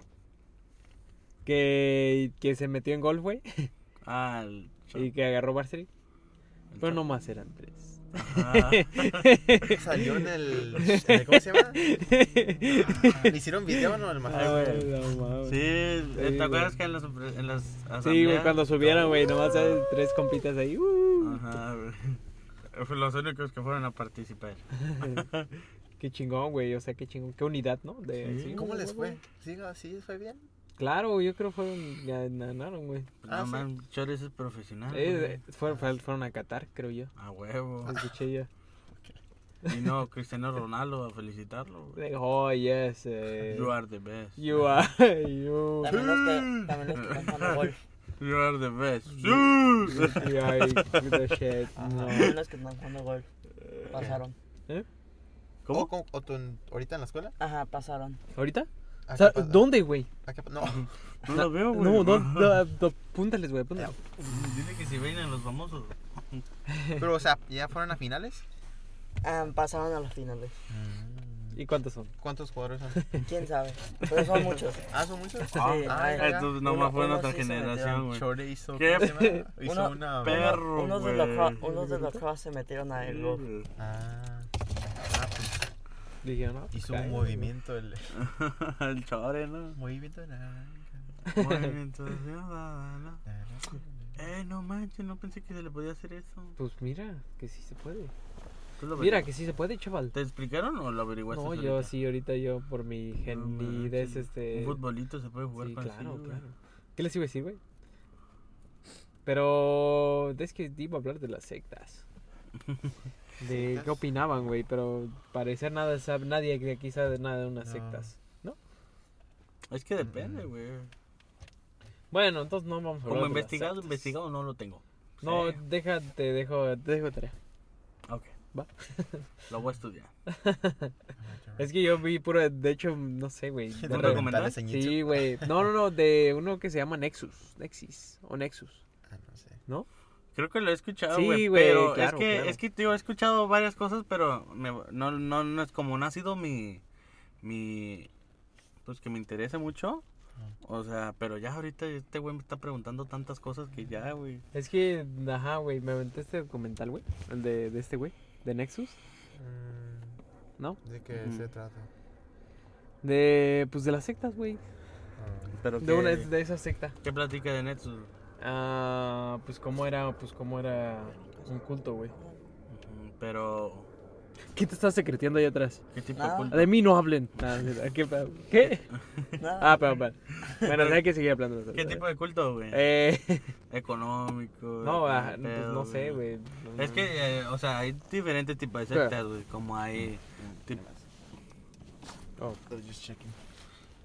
Speaker 1: que, que se metió en golf, güey?
Speaker 2: Ah, el...
Speaker 1: Y que agarró varsity? Pero nomás eran tres.
Speaker 2: Ah,
Speaker 3: Salió en el, en el- ¿Cómo se llama? Ah, ¿Le hicieron video no? El
Speaker 2: Ah,
Speaker 3: masaje.
Speaker 2: güey.
Speaker 1: No, mames.
Speaker 2: sí, eh, ¿te
Speaker 1: güey.
Speaker 2: acuerdas que en las, en las
Speaker 1: Sí, güey,
Speaker 2: asambleas?
Speaker 1: cuando subieron, güey, nomás hay tres compitas ahí. uh.
Speaker 2: Ajá, güey. Fue Los únicos que fueron a participar.
Speaker 1: Qué chingón, güey, o sea, qué chingón, qué unidad, ¿no? De,
Speaker 2: Sí.
Speaker 3: ¿Cómo les
Speaker 1: güey.
Speaker 3: fue? ¿Sí, sí fue bien?
Speaker 1: Claro, yo creo que fueron, ya ganaron, güey.
Speaker 2: Pues
Speaker 3: Ah,
Speaker 2: no
Speaker 3: sí.
Speaker 2: mames, Chores es profesional. güey.
Speaker 1: Eh, fueron, fueron- fueron a Qatar, creo yo.
Speaker 2: A huevo.
Speaker 1: Escuché yo.
Speaker 2: Y no, Cristiano Ronaldo a felicitarlo. güey.
Speaker 1: Like, Oh, yes. eh,
Speaker 2: You are the best.
Speaker 1: You are. You,
Speaker 5: También los que, también los que están jugando golf.
Speaker 2: You are the best.
Speaker 1: you are the shit.
Speaker 3: Ah.
Speaker 1: No.
Speaker 5: También los que están jugando golf. Pasaron.
Speaker 3: ¿Cómo? ¿O, o tú en- ahorita en la escuela?
Speaker 5: Ajá, pasaron.
Speaker 1: ¿Ahorita?
Speaker 3: ¿A
Speaker 1: O sea,
Speaker 3: Ah, qué pa-
Speaker 1: ¿Dónde, güey?
Speaker 3: a qué pa- No,
Speaker 2: No lo veo, Ah, güey.
Speaker 1: No, no, no, no, apúntales, güey, apúntales.
Speaker 2: Dile que si vienen los famosos.
Speaker 3: pero o sea, ¿ya fueron a finales?
Speaker 5: Ah, pasaron a los finales.
Speaker 1: ¿Y cuántos son?
Speaker 3: ¿Cuántos jugadores son?
Speaker 5: ¿Quién sabe? Pero son muchos.
Speaker 3: Ah, son muchos.
Speaker 5: Ah, ay,
Speaker 3: mira.
Speaker 2: Entonces nomás
Speaker 5: Uno-
Speaker 2: fue
Speaker 5: uno
Speaker 2: nuestra
Speaker 5: sí se
Speaker 2: generación, güey.
Speaker 3: Shorty hizo,
Speaker 2: ¿Qué?
Speaker 3: ¿cómo se llama? hizo
Speaker 5: Uno-
Speaker 3: una.
Speaker 2: Perro,
Speaker 5: Unos de,
Speaker 2: güey.
Speaker 5: lacrosse, unos de lacrosse se metieron a el golf.
Speaker 3: Ah, ah, pues,
Speaker 1: Dije, no.
Speaker 3: hizo
Speaker 1: cae,
Speaker 3: un
Speaker 1: güey.
Speaker 3: movimiento, el
Speaker 2: El chore, ¿no?
Speaker 3: movimiento. de naranja,
Speaker 2: Movimiento ciudadano.
Speaker 3: naranja.
Speaker 2: Eh, no manches, no pensé que se le podía hacer eso.
Speaker 1: Pues mira, que sí se puede.
Speaker 2: ¿Tú lo
Speaker 1: Mira,
Speaker 2: averiguaste?
Speaker 1: que sí se puede, chaval.
Speaker 2: ¿Te explicaron o lo averiguaste?
Speaker 1: No, yo sí, ahorita yo por mi genidez, este...
Speaker 2: Un futbolito se puede jugar
Speaker 1: Sí,
Speaker 2: con
Speaker 1: claro,
Speaker 2: así, güey.
Speaker 1: claro. ¿Qué les iba a decir, güey? Pero es que iba a hablar de las sectas. De qué
Speaker 3: ¿Sectas?
Speaker 1: opinaban, güey, pero parecer nada sabe, nadie de aquí sabe nada de unas
Speaker 3: No.
Speaker 1: sectas.
Speaker 2: Es que depende, güey.
Speaker 1: Bueno, entonces no vamos a hablar de
Speaker 2: Como pues,
Speaker 1: las
Speaker 2: investigado,
Speaker 1: sectas.
Speaker 2: investigado no lo tengo.
Speaker 1: No,
Speaker 2: Sí.
Speaker 1: déjate, dejo, te dejo tarea.
Speaker 2: Ok.
Speaker 1: Va.
Speaker 2: Lo voy a estudiar.
Speaker 1: Es que yo vi puro, de hecho, no sé, güey. de re-
Speaker 2: ¿Te recomendaron?
Speaker 3: documentales en YouTube?
Speaker 1: Sí, güey. No, no, no, de uno que se llama Nexus, Nexis o Nexus.
Speaker 3: Ah, no sé.
Speaker 2: Creo que lo he escuchado,
Speaker 1: Sí,
Speaker 2: güey.
Speaker 1: güey,
Speaker 2: pero
Speaker 1: claro,
Speaker 2: es que,
Speaker 1: claro.
Speaker 2: es que, tío, he escuchado varias cosas, pero me- no, no, no es como no ha sido mi, mi, pues que me interesa mucho. O sea, pero ya ahorita este güey me está preguntando tantas cosas que ya, güey.
Speaker 1: Es que, ajá, güey, me aventé este documental, güey, el de, de este güey, de Nexus,
Speaker 3: Mm,
Speaker 1: ¿no?
Speaker 3: ¿De qué
Speaker 2: Ujú.
Speaker 3: se trata?
Speaker 1: De, pues, de las sectas, güey,
Speaker 3: Ah,
Speaker 2: Pero
Speaker 1: de
Speaker 2: que-
Speaker 1: una, de esa secta.
Speaker 2: ¿Qué platica de Nexus?
Speaker 1: Ah, pues, cómo era, pues, cómo era un culto, güey.
Speaker 2: Ujú, Pero,
Speaker 1: ¿Qué te estás secreteando ahí atrás?
Speaker 2: ¿qué tipo
Speaker 5: Nada.
Speaker 2: de culto?
Speaker 1: De mí no hablen. Ah, ¿Qué? pa- ¿Qué?
Speaker 5: Nada.
Speaker 1: Ah, perdón, perdón. Bueno, hay que seguir hablando. de eso,
Speaker 2: ¿Qué
Speaker 1: ¿verdad?
Speaker 2: tipo de culto, güey?
Speaker 1: Eh,
Speaker 2: Económico.
Speaker 1: no,
Speaker 2: de
Speaker 1: ajá,
Speaker 2: qué
Speaker 1: pues,
Speaker 2: pedo,
Speaker 1: no sé, güey.
Speaker 2: Es que, eh, o sea, hay diferentes tipos de
Speaker 1: Claro.
Speaker 2: sectas, güey. Como hay, tip-
Speaker 1: Oh,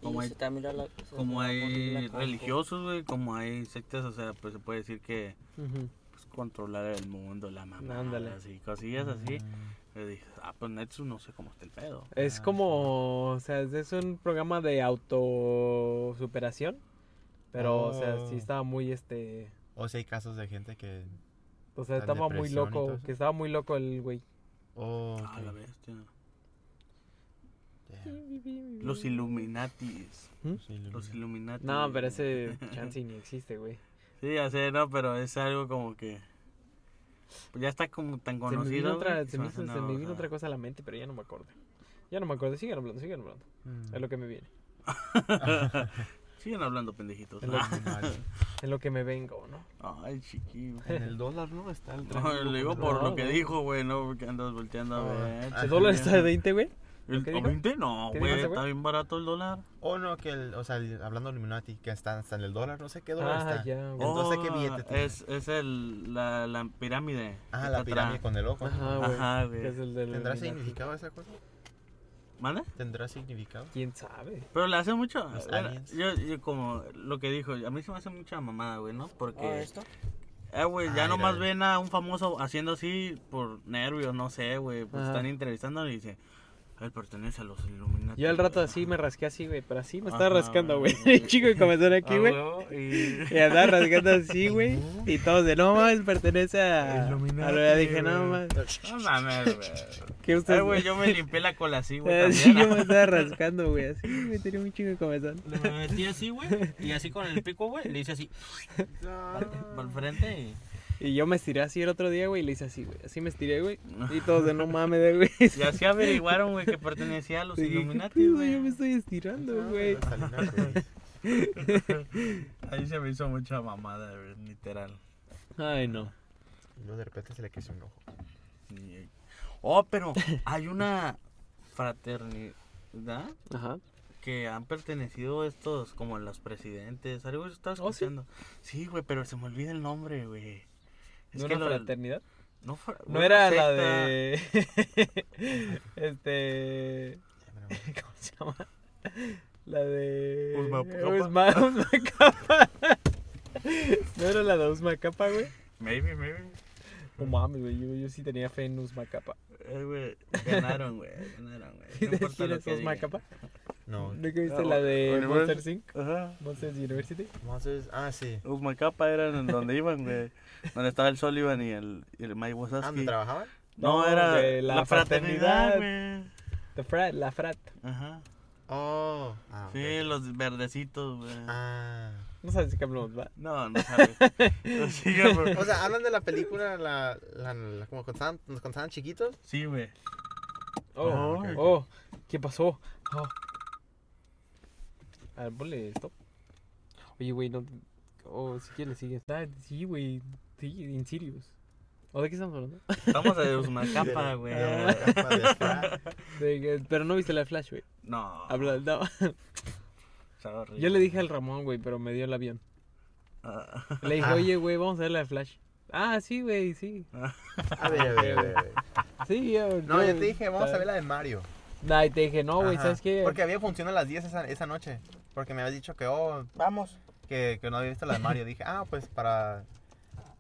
Speaker 2: como
Speaker 5: Y
Speaker 2: hay
Speaker 5: se terminó la-
Speaker 1: Pues,
Speaker 5: se
Speaker 2: como
Speaker 5: terminó la
Speaker 2: hay
Speaker 5: Conco.
Speaker 2: religiosos, güey, como hay sectas, o sea, pues se puede decir que
Speaker 1: ujú.
Speaker 2: pues, controlar el mundo, la mamá,
Speaker 1: Ándale.
Speaker 2: así, cosillas así.
Speaker 3: Mm,
Speaker 2: Y dices, ah, pues Netsu no sé cómo está el pedo.
Speaker 3: Ah,
Speaker 1: Es como, o sea, es un programa de autosuperación, pero, o sea, sí
Speaker 3: Oh.
Speaker 1: estaba muy, este,
Speaker 3: O si hay casos de gente que.
Speaker 1: o sea,
Speaker 3: Está en
Speaker 1: estaba muy
Speaker 3: depresión y todo
Speaker 1: loco,
Speaker 3: eso.
Speaker 1: que estaba muy loco el güey.
Speaker 3: Oh,
Speaker 2: Ah,
Speaker 3: ok.
Speaker 2: la bestia.
Speaker 3: Yeah.
Speaker 2: Los Illuminatis.
Speaker 3: Sí, lo
Speaker 2: Los
Speaker 3: vi.
Speaker 2: Illuminatis.
Speaker 1: No, pero ese chance ni existe, güey.
Speaker 2: Sí, ya sé, no, pero es algo como que. Pues ya está como tan
Speaker 1: Se me vino,
Speaker 2: conocido.
Speaker 1: otra,
Speaker 2: güey, que
Speaker 1: se me
Speaker 2: hace
Speaker 1: hizo- se
Speaker 2: una-
Speaker 1: me
Speaker 2: o
Speaker 1: vino
Speaker 2: sea,
Speaker 1: otra cosa a la mente, pero ya no me acuerdo. Ya no me acuerdo, sigan hablando, sigan hablando.
Speaker 3: Mm.
Speaker 1: Es lo que me viene,
Speaker 2: Siguen hablando pendejitos.
Speaker 1: El-
Speaker 2: Ah,
Speaker 1: es lo que me vengo, ¿no?
Speaker 2: Ay, chiquillo.
Speaker 3: En el dólar, ¿no? Está el
Speaker 2: No, le digo por
Speaker 1: No,
Speaker 2: lo que
Speaker 1: no.
Speaker 2: dijo, güey, no, porque andas volteando a
Speaker 3: Ah.
Speaker 2: ver.
Speaker 3: Ah,
Speaker 1: ¿El dólar
Speaker 2: chiquillo.
Speaker 1: Oh. está de 20, güey?
Speaker 2: ¿El
Speaker 1: ¿Qué
Speaker 2: a
Speaker 1: dijo?
Speaker 2: 20? No,
Speaker 1: ¿Qué dijo
Speaker 2: güey,
Speaker 1: ese
Speaker 2: está
Speaker 1: güey?
Speaker 2: bien barato el dólar.
Speaker 3: O Oh, no, que el, o sea, el- hablando de Illuminati, que está hasta en el dólar, no sé qué dólar
Speaker 1: Ah,
Speaker 3: está.
Speaker 1: ya, güey.
Speaker 3: Entonces, ¿qué
Speaker 2: Oh,
Speaker 3: billete tiene?
Speaker 2: Es, es el, la, la pirámide.
Speaker 3: Ah,
Speaker 2: que
Speaker 3: la
Speaker 2: está
Speaker 3: pirámide
Speaker 2: atrás.
Speaker 3: con el ojo.
Speaker 1: Ajá, güey.
Speaker 2: Ajá,
Speaker 1: que es
Speaker 2: güey.
Speaker 1: el del
Speaker 3: ¿Tendrá
Speaker 1: Illuminati.
Speaker 3: significado esa cosa?
Speaker 2: ¿Vale?
Speaker 3: ¿Tendrá significado?
Speaker 1: ¿Quién sabe?
Speaker 2: Pero le hace mucho.
Speaker 3: Los
Speaker 2: era-
Speaker 3: aliens.
Speaker 2: yo, yo, como lo que dijo, a mí se me hace mucha mamada, güey, ¿no?
Speaker 1: Oh,
Speaker 5: Ah,
Speaker 2: Porque,
Speaker 5: esto?
Speaker 2: eh, güey, ya
Speaker 3: Ah,
Speaker 2: nomás
Speaker 3: mira.
Speaker 2: ven a un famoso haciendo así por nervios, no sé, güey. Pues
Speaker 1: Ajá.
Speaker 2: están entrevistando y dice, él pertenece a los Illuminati. Ah,
Speaker 1: Yo al rato
Speaker 2: güey.
Speaker 1: así me rasqué así, güey, pero así me estaba
Speaker 2: Ajá,
Speaker 1: rascando, güey.
Speaker 2: güey.
Speaker 1: El chico que comenzó
Speaker 2: Ah,
Speaker 1: aquí, güey.
Speaker 2: güey, y-
Speaker 1: Y andaba rascando así, güey. Y todos de, no mames, pertenece a... a
Speaker 2: Illuminati,
Speaker 1: lo dije, no
Speaker 2: güey.
Speaker 1: mames,
Speaker 2: No mames, güey.
Speaker 1: que
Speaker 2: Ay,
Speaker 1: ustedes...
Speaker 2: güey, yo me limpié la cola así, güey.
Speaker 1: Eh, sí,
Speaker 2: también. ah.
Speaker 1: yo me estaba rascando, güey. Así, güey, tenía un chingo de comezón.
Speaker 2: Me metí así, güey. Y así con el pico, güey. Le hice así. Para el frente. Y,
Speaker 1: Y yo me estiré así el otro día, güey, y le hice así, güey. Así me estiré, güey. Y todos de no mames, de, güey.
Speaker 2: Y así averiguaron, güey, que pertenecía a los
Speaker 1: Dije, ¿qué
Speaker 2: Illuminati,
Speaker 1: pedo? Yo me
Speaker 2: güey.
Speaker 1: estoy estirando, güey.
Speaker 3: Salinas Ruiz.
Speaker 2: Ahí se me hizo mucha mamada, güey, literal.
Speaker 1: Ay, no.
Speaker 3: Y luego de repente se le creció un ojo.
Speaker 2: Y- Oh, pero hay una fraternidad
Speaker 1: Ajá.
Speaker 2: que han pertenecido estos, como los presidentes. Algo yo estaba
Speaker 1: Oh, sí.
Speaker 2: escuchando. Sí, güey, pero se me olvida el nombre, güey.
Speaker 1: ¿De una
Speaker 2: lo-
Speaker 1: fraternidad?
Speaker 2: No, fra-
Speaker 1: No
Speaker 2: una
Speaker 1: era la
Speaker 2: secta.
Speaker 1: de... este...
Speaker 3: Ya me lo voy.
Speaker 1: ¿Cómo se llama? La de.
Speaker 2: Uzma Capa.
Speaker 1: Uzma, Uzma Capa. ¿No era la de Uzma Capa, güey?
Speaker 2: Maybe, maybe.
Speaker 1: No mames, güey. Yo, yo sí tenía fe en Uzma Capa.
Speaker 2: Eh, güey, ganaron, güey. Ganaron, güey.
Speaker 1: ¿Sí
Speaker 2: No
Speaker 1: te
Speaker 2: importa lo
Speaker 1: quieres
Speaker 2: que
Speaker 1: Uzma
Speaker 2: digan.
Speaker 1: Capa?
Speaker 3: No.
Speaker 1: ¿Nunca viste
Speaker 2: Ah,
Speaker 1: la de
Speaker 2: bueno,
Speaker 1: Monsters Inc?
Speaker 2: Ajá.
Speaker 1: Monsters University.
Speaker 3: Monsters. Ah, sí.
Speaker 2: Uzmacapa eran en donde iban, güey. Donde estaba el Sullivan y el, y el
Speaker 3: Ah, ¿Dónde
Speaker 2: Mike Wazowski.
Speaker 3: trabajaban?
Speaker 2: no,
Speaker 1: No,
Speaker 2: era
Speaker 1: de
Speaker 2: la,
Speaker 1: la
Speaker 2: fraternidad,
Speaker 1: fraternidad.
Speaker 2: güey.
Speaker 1: The Frat, la Frat.
Speaker 2: Ajá.
Speaker 3: Oh. Ah, ok.
Speaker 2: Sí, los verdecitos, güey.
Speaker 3: Ah.
Speaker 1: No sabes de qué hablamos, va.
Speaker 2: No, no sabes. sí, güey.
Speaker 3: O sea, hablan de la película, la, la, la- como contaban, nos contaban chiquitos.
Speaker 2: Sí, güey.
Speaker 1: Oh,
Speaker 3: Ah, ok, ok.
Speaker 1: oh. ¿Qué pasó? Oh. A ver, ponle stop. Oye, güey, no. Oh, si quieres, sigue. Ah, sí, güey. Sí, en Sirius. ¿O de qué estamos hablando?
Speaker 2: Estamos de Uzmacapa, güey.
Speaker 3: De la capa de Fra-
Speaker 1: De que- pero no viste la de Flash, güey.
Speaker 2: No.
Speaker 1: Habla- no.
Speaker 2: está horrible.
Speaker 1: Yo le dije al Ramón, güey, pero me dio el avión.
Speaker 2: Ah.
Speaker 1: Le dije, oye, güey, vamos a ver la de Flash. Ah, sí, güey, sí.
Speaker 3: A ver, a ver, a ver, a ver.
Speaker 1: Sí, yo.
Speaker 3: No, yo te dije, vamos a ver la de Mario.
Speaker 1: No, y te dije, no, güey,
Speaker 3: Ajá.
Speaker 1: ¿sabes qué?
Speaker 3: Porque había función a las 10 esa, esa noche. Porque me habías dicho que, oh,
Speaker 5: Vamos.
Speaker 3: que, que no había visto la de Mario. dije, ah, pues para.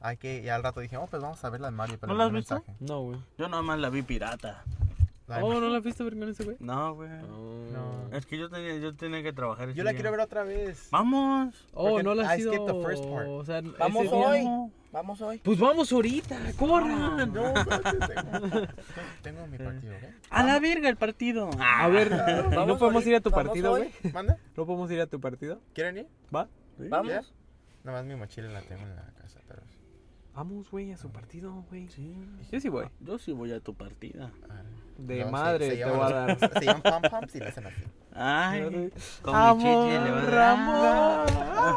Speaker 3: Hay que. Y al rato dije, oh, pues vamos a ver la de Mario. Pero me
Speaker 2: ¿No la
Speaker 3: dio
Speaker 2: has visto?
Speaker 3: mensaje.
Speaker 1: No, güey.
Speaker 2: Yo nada más la vi pirata.
Speaker 3: La de
Speaker 1: oh,
Speaker 3: Mario.
Speaker 1: ¿no la viste ver con ese güey?
Speaker 2: No, güey.
Speaker 1: No.
Speaker 2: Es que yo tenía, yo tenía que trabajar ese
Speaker 3: Ah. Yo la
Speaker 2: día.
Speaker 3: quiero ver otra vez.
Speaker 2: Vamos.
Speaker 1: Oh,
Speaker 3: Porque
Speaker 1: no la
Speaker 3: I
Speaker 1: has ido.
Speaker 3: skipped the first part.
Speaker 1: O sea,
Speaker 5: Vamos
Speaker 1: ese día-
Speaker 5: hoy. Vamos hoy.
Speaker 1: Pues vamos ahorita, corran.
Speaker 3: No, espérate, tengo, tengo
Speaker 1: Eh.
Speaker 3: mi partido, ¿ok?
Speaker 2: A la verga el partido.
Speaker 1: A ver, ¿no
Speaker 5: Vamos
Speaker 1: podemos
Speaker 5: hoy,
Speaker 1: ir a tu
Speaker 5: vamos
Speaker 1: partido,
Speaker 5: hoy.
Speaker 1: güey?
Speaker 3: ¿Manda?
Speaker 1: ¿No podemos ir a tu partido?
Speaker 3: ¿Quieren ir?
Speaker 1: ¿Va?
Speaker 5: Vamos.
Speaker 3: ¿Ya? Nada más mi mochila la tengo en la casa, pero.
Speaker 1: Vamos, güey, a su partido, güey.
Speaker 2: Sí.
Speaker 1: Yo sí voy.
Speaker 2: Yo sí voy a tu partida.
Speaker 3: ah,
Speaker 1: De
Speaker 3: no, se-
Speaker 1: madre
Speaker 3: se
Speaker 1: te
Speaker 3: llaman
Speaker 1: voy a
Speaker 3: los-
Speaker 1: dar.
Speaker 3: Se llaman pom poms y le hacen así.
Speaker 2: Ay, con mi chichi le va a
Speaker 1: Amor,
Speaker 2: dar-
Speaker 1: Ramón.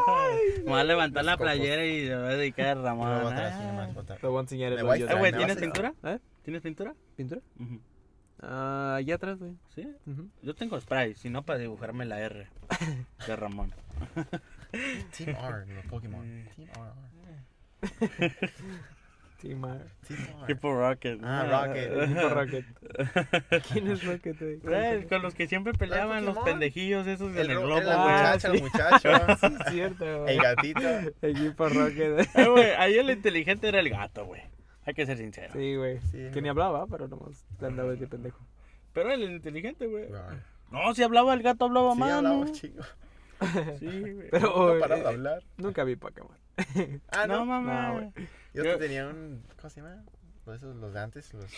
Speaker 2: Me va a levantar la
Speaker 3: Los copos.
Speaker 2: playera y le va a dedicar a Ramón.
Speaker 3: Luego atrás, y
Speaker 2: Ah.
Speaker 3: nomás botar.
Speaker 1: Te voy a enseñar el
Speaker 3: Me voy a
Speaker 1: hoyo.
Speaker 2: Eh,
Speaker 1: de
Speaker 2: güey,
Speaker 1: acá.
Speaker 3: Me vas
Speaker 2: ¿tienes
Speaker 3: a-
Speaker 2: pintura?
Speaker 1: ¿Eh?
Speaker 2: ¿Tienes pintura?
Speaker 1: ¿Pintura?
Speaker 2: Ujú.
Speaker 1: Ah, allá atrás, güey.
Speaker 2: Sí.
Speaker 1: Ujú.
Speaker 2: Yo tengo spray, si no para dibujarme la R de Ramón.
Speaker 3: Team R, los
Speaker 1: Eh.
Speaker 3: Pokémon. Team R.
Speaker 1: Sí,
Speaker 3: Eh.
Speaker 1: madre.
Speaker 3: Team R.
Speaker 2: Tipo Rocket.
Speaker 3: Ah, Rocket.
Speaker 1: Tipo Rocket. ¿Quién es Rocket, güey?
Speaker 2: Güey, con los que siempre peleaban los
Speaker 3: Pokémon.
Speaker 2: pendejillos esos en el
Speaker 3: ro-
Speaker 2: globo, Ah,
Speaker 3: La
Speaker 2: güey.
Speaker 3: muchacha, el muchacho.
Speaker 1: Sí, es cierto, güey.
Speaker 3: El gatito.
Speaker 1: Equipo Rocket.
Speaker 2: Eh, güey, ahí el inteligente era el gato, güey. Hay que ser sincero.
Speaker 1: Sí, güey.
Speaker 3: Sí,
Speaker 1: que
Speaker 3: güey.
Speaker 1: ni hablaba, pero nomás te andaba de pendejo.
Speaker 2: Pero el inteligente, güey.
Speaker 3: Roar.
Speaker 2: No, si hablaba el gato, hablaba
Speaker 3: Sí,
Speaker 2: mano.
Speaker 3: hablaba chico.
Speaker 2: Sí, güey.
Speaker 1: Pero
Speaker 3: No paraba de
Speaker 1: eh,
Speaker 3: hablar.
Speaker 1: nunca vi Pokémon.
Speaker 3: Ah,
Speaker 2: no,
Speaker 3: no.
Speaker 2: mamá.
Speaker 1: No, güey.
Speaker 3: Yo
Speaker 2: Yo-
Speaker 3: tenía un. ¿Cómo se llama? Los esos, los de antes, los.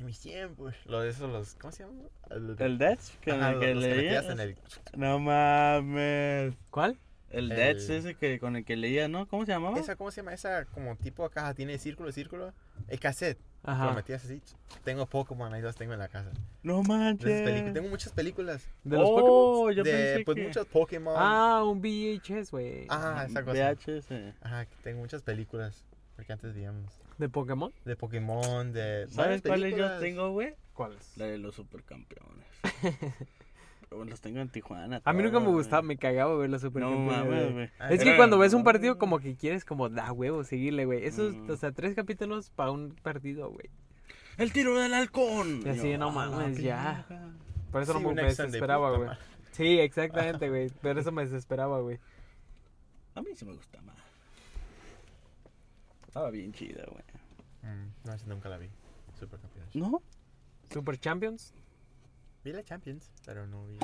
Speaker 3: En mis tiempos. Los de esos, los. ¿Cómo se llama? El,
Speaker 2: ¿El Death? Que,
Speaker 3: Ajá,
Speaker 2: que
Speaker 3: los- los que
Speaker 2: leía.
Speaker 3: metías en el.
Speaker 2: No mames.
Speaker 1: ¿Cuál?
Speaker 2: El
Speaker 3: El-
Speaker 2: Death ese que, con el que leía, ¿no? ¿Cómo se llamaba?
Speaker 3: Esa, ¿cómo se llama? Esa como tipo caja tiene círculo, círculo. El cassette. Lo
Speaker 1: Ajá.
Speaker 3: metías así. Tengo Pokémon, ahí los tengo en la casa.
Speaker 2: No
Speaker 3: De esas pelicu-
Speaker 2: manches.
Speaker 3: Tengo muchas películas.
Speaker 1: ¿De los
Speaker 2: oh,
Speaker 1: Pokémon?
Speaker 2: yo
Speaker 3: de
Speaker 2: pensé
Speaker 3: pues
Speaker 2: que...
Speaker 3: muchos Pokémon.
Speaker 1: Ah, un VHS, güey.
Speaker 3: Ajá, esa cosa.
Speaker 2: VHS.
Speaker 3: Ajá, que tengo muchas películas. Porque antes veíamos.
Speaker 1: ¿De Pokémon?
Speaker 3: De Pokémon, de.
Speaker 2: ¿Sabes
Speaker 3: varias
Speaker 2: cuáles yo
Speaker 3: películas.
Speaker 2: tengo, güey?
Speaker 1: ¿Cuáles?
Speaker 2: La de los supercampeones. Pero bueno, los tengo en Tijuana.
Speaker 1: A mí nunca me
Speaker 2: todos,
Speaker 1: gustaba,
Speaker 2: güey.
Speaker 1: me cagaba ver los Super
Speaker 2: No mames, güey.
Speaker 3: Ah,
Speaker 1: Es
Speaker 2: Era-
Speaker 1: que cuando ves un partido como que quieres como da huevo seguirle, güey. Eso es,
Speaker 2: Mm.
Speaker 1: o sea, tres capítulos para un partido, güey.
Speaker 2: ¡El tiro del halcón!
Speaker 1: Y así,
Speaker 2: Yo,
Speaker 1: no
Speaker 2: "A la
Speaker 1: mames, ya".
Speaker 2: verga.
Speaker 1: Por eso
Speaker 3: Sí,
Speaker 1: no
Speaker 3: un
Speaker 1: me
Speaker 3: accent de
Speaker 1: desesperaba,
Speaker 3: puta
Speaker 1: güey.
Speaker 3: madre.
Speaker 1: Sí, exactamente, güey. Pero eso me desesperaba, güey.
Speaker 2: A mí sí me gusta más. Estaba bien chida, güey.
Speaker 3: Mm, no, esa nunca la vi. Super campeones.
Speaker 2: ¿No?
Speaker 1: Super Champions.
Speaker 3: Vi la Champions, pero no vi.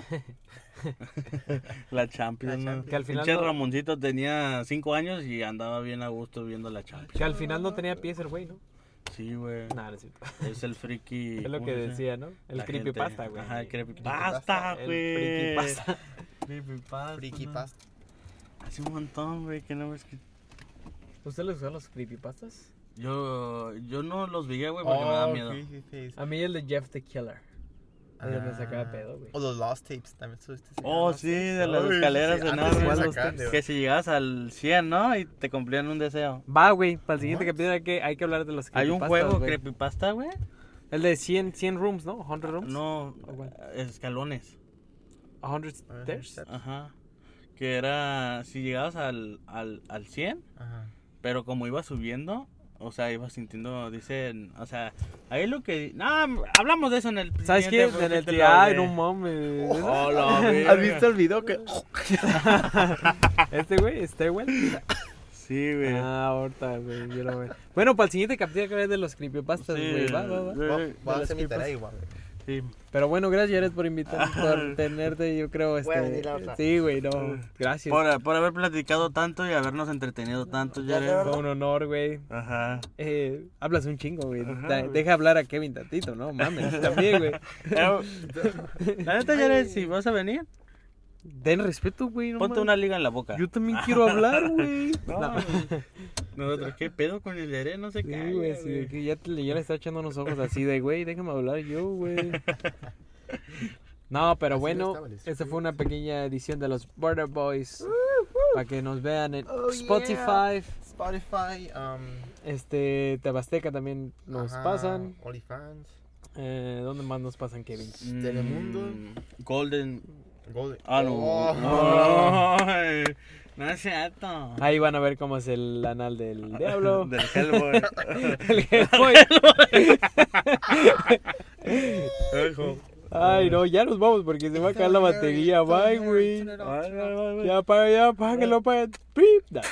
Speaker 2: La Champions.
Speaker 3: La
Speaker 2: ¿no?
Speaker 1: Que al final
Speaker 2: Pinche
Speaker 1: no-
Speaker 2: Ramoncito tenía 5 años y andaba bien a gusto viendo la Champions.
Speaker 1: Que al final no tenía pies el güey, ¿no?
Speaker 2: Sí, güey.
Speaker 1: Nah, no es cierto.
Speaker 2: Es el friki.
Speaker 1: Es lo
Speaker 2: ¿cómo
Speaker 1: que
Speaker 2: se dice?
Speaker 1: decía, ¿no? El
Speaker 2: La
Speaker 1: creepypasta,
Speaker 2: gente.
Speaker 1: güey.
Speaker 2: Ajá, el
Speaker 3: Creepypasta,
Speaker 2: creepypasta,
Speaker 1: El
Speaker 2: güey.
Speaker 1: creepypasta.
Speaker 2: Creepypasta.
Speaker 3: Friki
Speaker 2: ¿no?
Speaker 3: Past.
Speaker 2: Hace un montón, güey, que no me escuché.
Speaker 1: ¿Usted les gustan los creepypastas?
Speaker 2: Yo, yo no los veía, güey, porque me
Speaker 3: Oh,
Speaker 2: da miedo.
Speaker 1: A mí el de Jeff the Killer. Es donde se acaba pedo,
Speaker 2: Ah.
Speaker 1: güey.
Speaker 3: Ah. O los Lost Tapes también. subiste ese
Speaker 2: Oh,
Speaker 3: Lost
Speaker 2: sí,
Speaker 3: Tapes.
Speaker 2: de las
Speaker 3: Ay,
Speaker 2: escaleras
Speaker 3: sí,
Speaker 2: de
Speaker 3: antes
Speaker 2: nada,
Speaker 3: sí
Speaker 2: güey,
Speaker 3: los
Speaker 2: los-
Speaker 3: sacaban, güey.
Speaker 2: Que si llegabas al 100, ¿no? Y te cumplían un deseo.
Speaker 1: Va, güey, para el siguiente
Speaker 3: What?
Speaker 1: capítulo hay que, hay que hablar de los
Speaker 2: Hay un
Speaker 1: creepypastas,
Speaker 2: juego
Speaker 1: güey.
Speaker 2: creepypasta, güey.
Speaker 1: El de 100, 100 rooms, ¿no? 100 rooms.
Speaker 2: No,
Speaker 1: ¿O cuál?
Speaker 2: escalones.
Speaker 1: 100 stairs.
Speaker 2: Ajá. Que era si llegabas al, al, al 100,
Speaker 3: Ajá.
Speaker 2: pero como ibas subiendo, o sea, ibas sintiendo, dicen, o sea, ahí lo que... No, hablamos de eso en el...
Speaker 1: ¿Sabes qué?
Speaker 2: siguiente
Speaker 1: En el
Speaker 2: capítulo,
Speaker 1: de, ay, no
Speaker 2: güey.
Speaker 1: mames.
Speaker 2: Oh, la verga.
Speaker 3: ¿Has visto el video que.?
Speaker 1: Este güey, este güey.
Speaker 2: Sí, güey.
Speaker 1: Ah, ahorita, güey, yo lo veo. Bueno, para el siguiente capítulo hay que hablar de los creepypastas,
Speaker 2: Sí,
Speaker 1: güey. Va, va, va.
Speaker 2: güey,
Speaker 3: Voy
Speaker 2: de
Speaker 3: voy a
Speaker 2: las
Speaker 3: hacer mi tarea
Speaker 2: creepypastas.
Speaker 3: igual. güey.
Speaker 2: Sí.
Speaker 1: Pero bueno, gracias, Jared, por
Speaker 2: Ah.
Speaker 1: invitarme, por tenerte, yo creo, este...
Speaker 5: Voy a venir la otra.
Speaker 1: Sí, güey, no, gracias.
Speaker 2: Ah. Por, por haber platicado tanto y habernos entretenido tanto,
Speaker 5: Ya, de
Speaker 2: Jared.
Speaker 5: verdad.
Speaker 1: Fue un honor, güey.
Speaker 2: Ajá.
Speaker 1: Eh, hablas un chingo, güey.
Speaker 2: Ajá,
Speaker 1: Da-
Speaker 2: güey.
Speaker 1: Deja hablar a Kevin tantito, ¿no? Mames, también, güey.
Speaker 2: Pero, La neta, Jared, si vas a venir,
Speaker 1: Den respeto, güey. No
Speaker 2: ponte
Speaker 1: mames.
Speaker 2: una liga en la boca.
Speaker 1: Yo también quiero hablar, güey.
Speaker 2: No, Nosotros, ¿qué pedo con el Jared? No sé
Speaker 1: Sí,
Speaker 2: qué.
Speaker 1: güey, sí, de que ya, te- ya le está echando unos ojos así de, güey, déjame hablar yo, güey. No, pero
Speaker 3: Así
Speaker 1: bueno,
Speaker 3: estaba, les-
Speaker 1: esta fue una pequeña edición de los Border Boys. Para que nos vean en
Speaker 3: Oh, yeah.
Speaker 1: Spotify.
Speaker 3: Spotify, um,
Speaker 1: Este, Tabasteca también nos
Speaker 3: ajá,
Speaker 1: pasan.
Speaker 3: OnlyFans,
Speaker 1: Eh, ¿Dónde más nos pasan, Kevin?
Speaker 3: Telemundo.
Speaker 2: Mm, Golden.
Speaker 3: Gold.
Speaker 2: Ah, no.
Speaker 3: Oh.
Speaker 2: No, ay, no es cierto.
Speaker 1: Ahí van a ver cómo es el anal del diablo.
Speaker 2: Del Hellboy.
Speaker 1: El Hellboy. Ay, no, ya nos vamos porque se va a caer la batería. Bye, güey.
Speaker 3: Turn it off, turn it off.
Speaker 1: Ya, para, ya, págalo, para. Pip.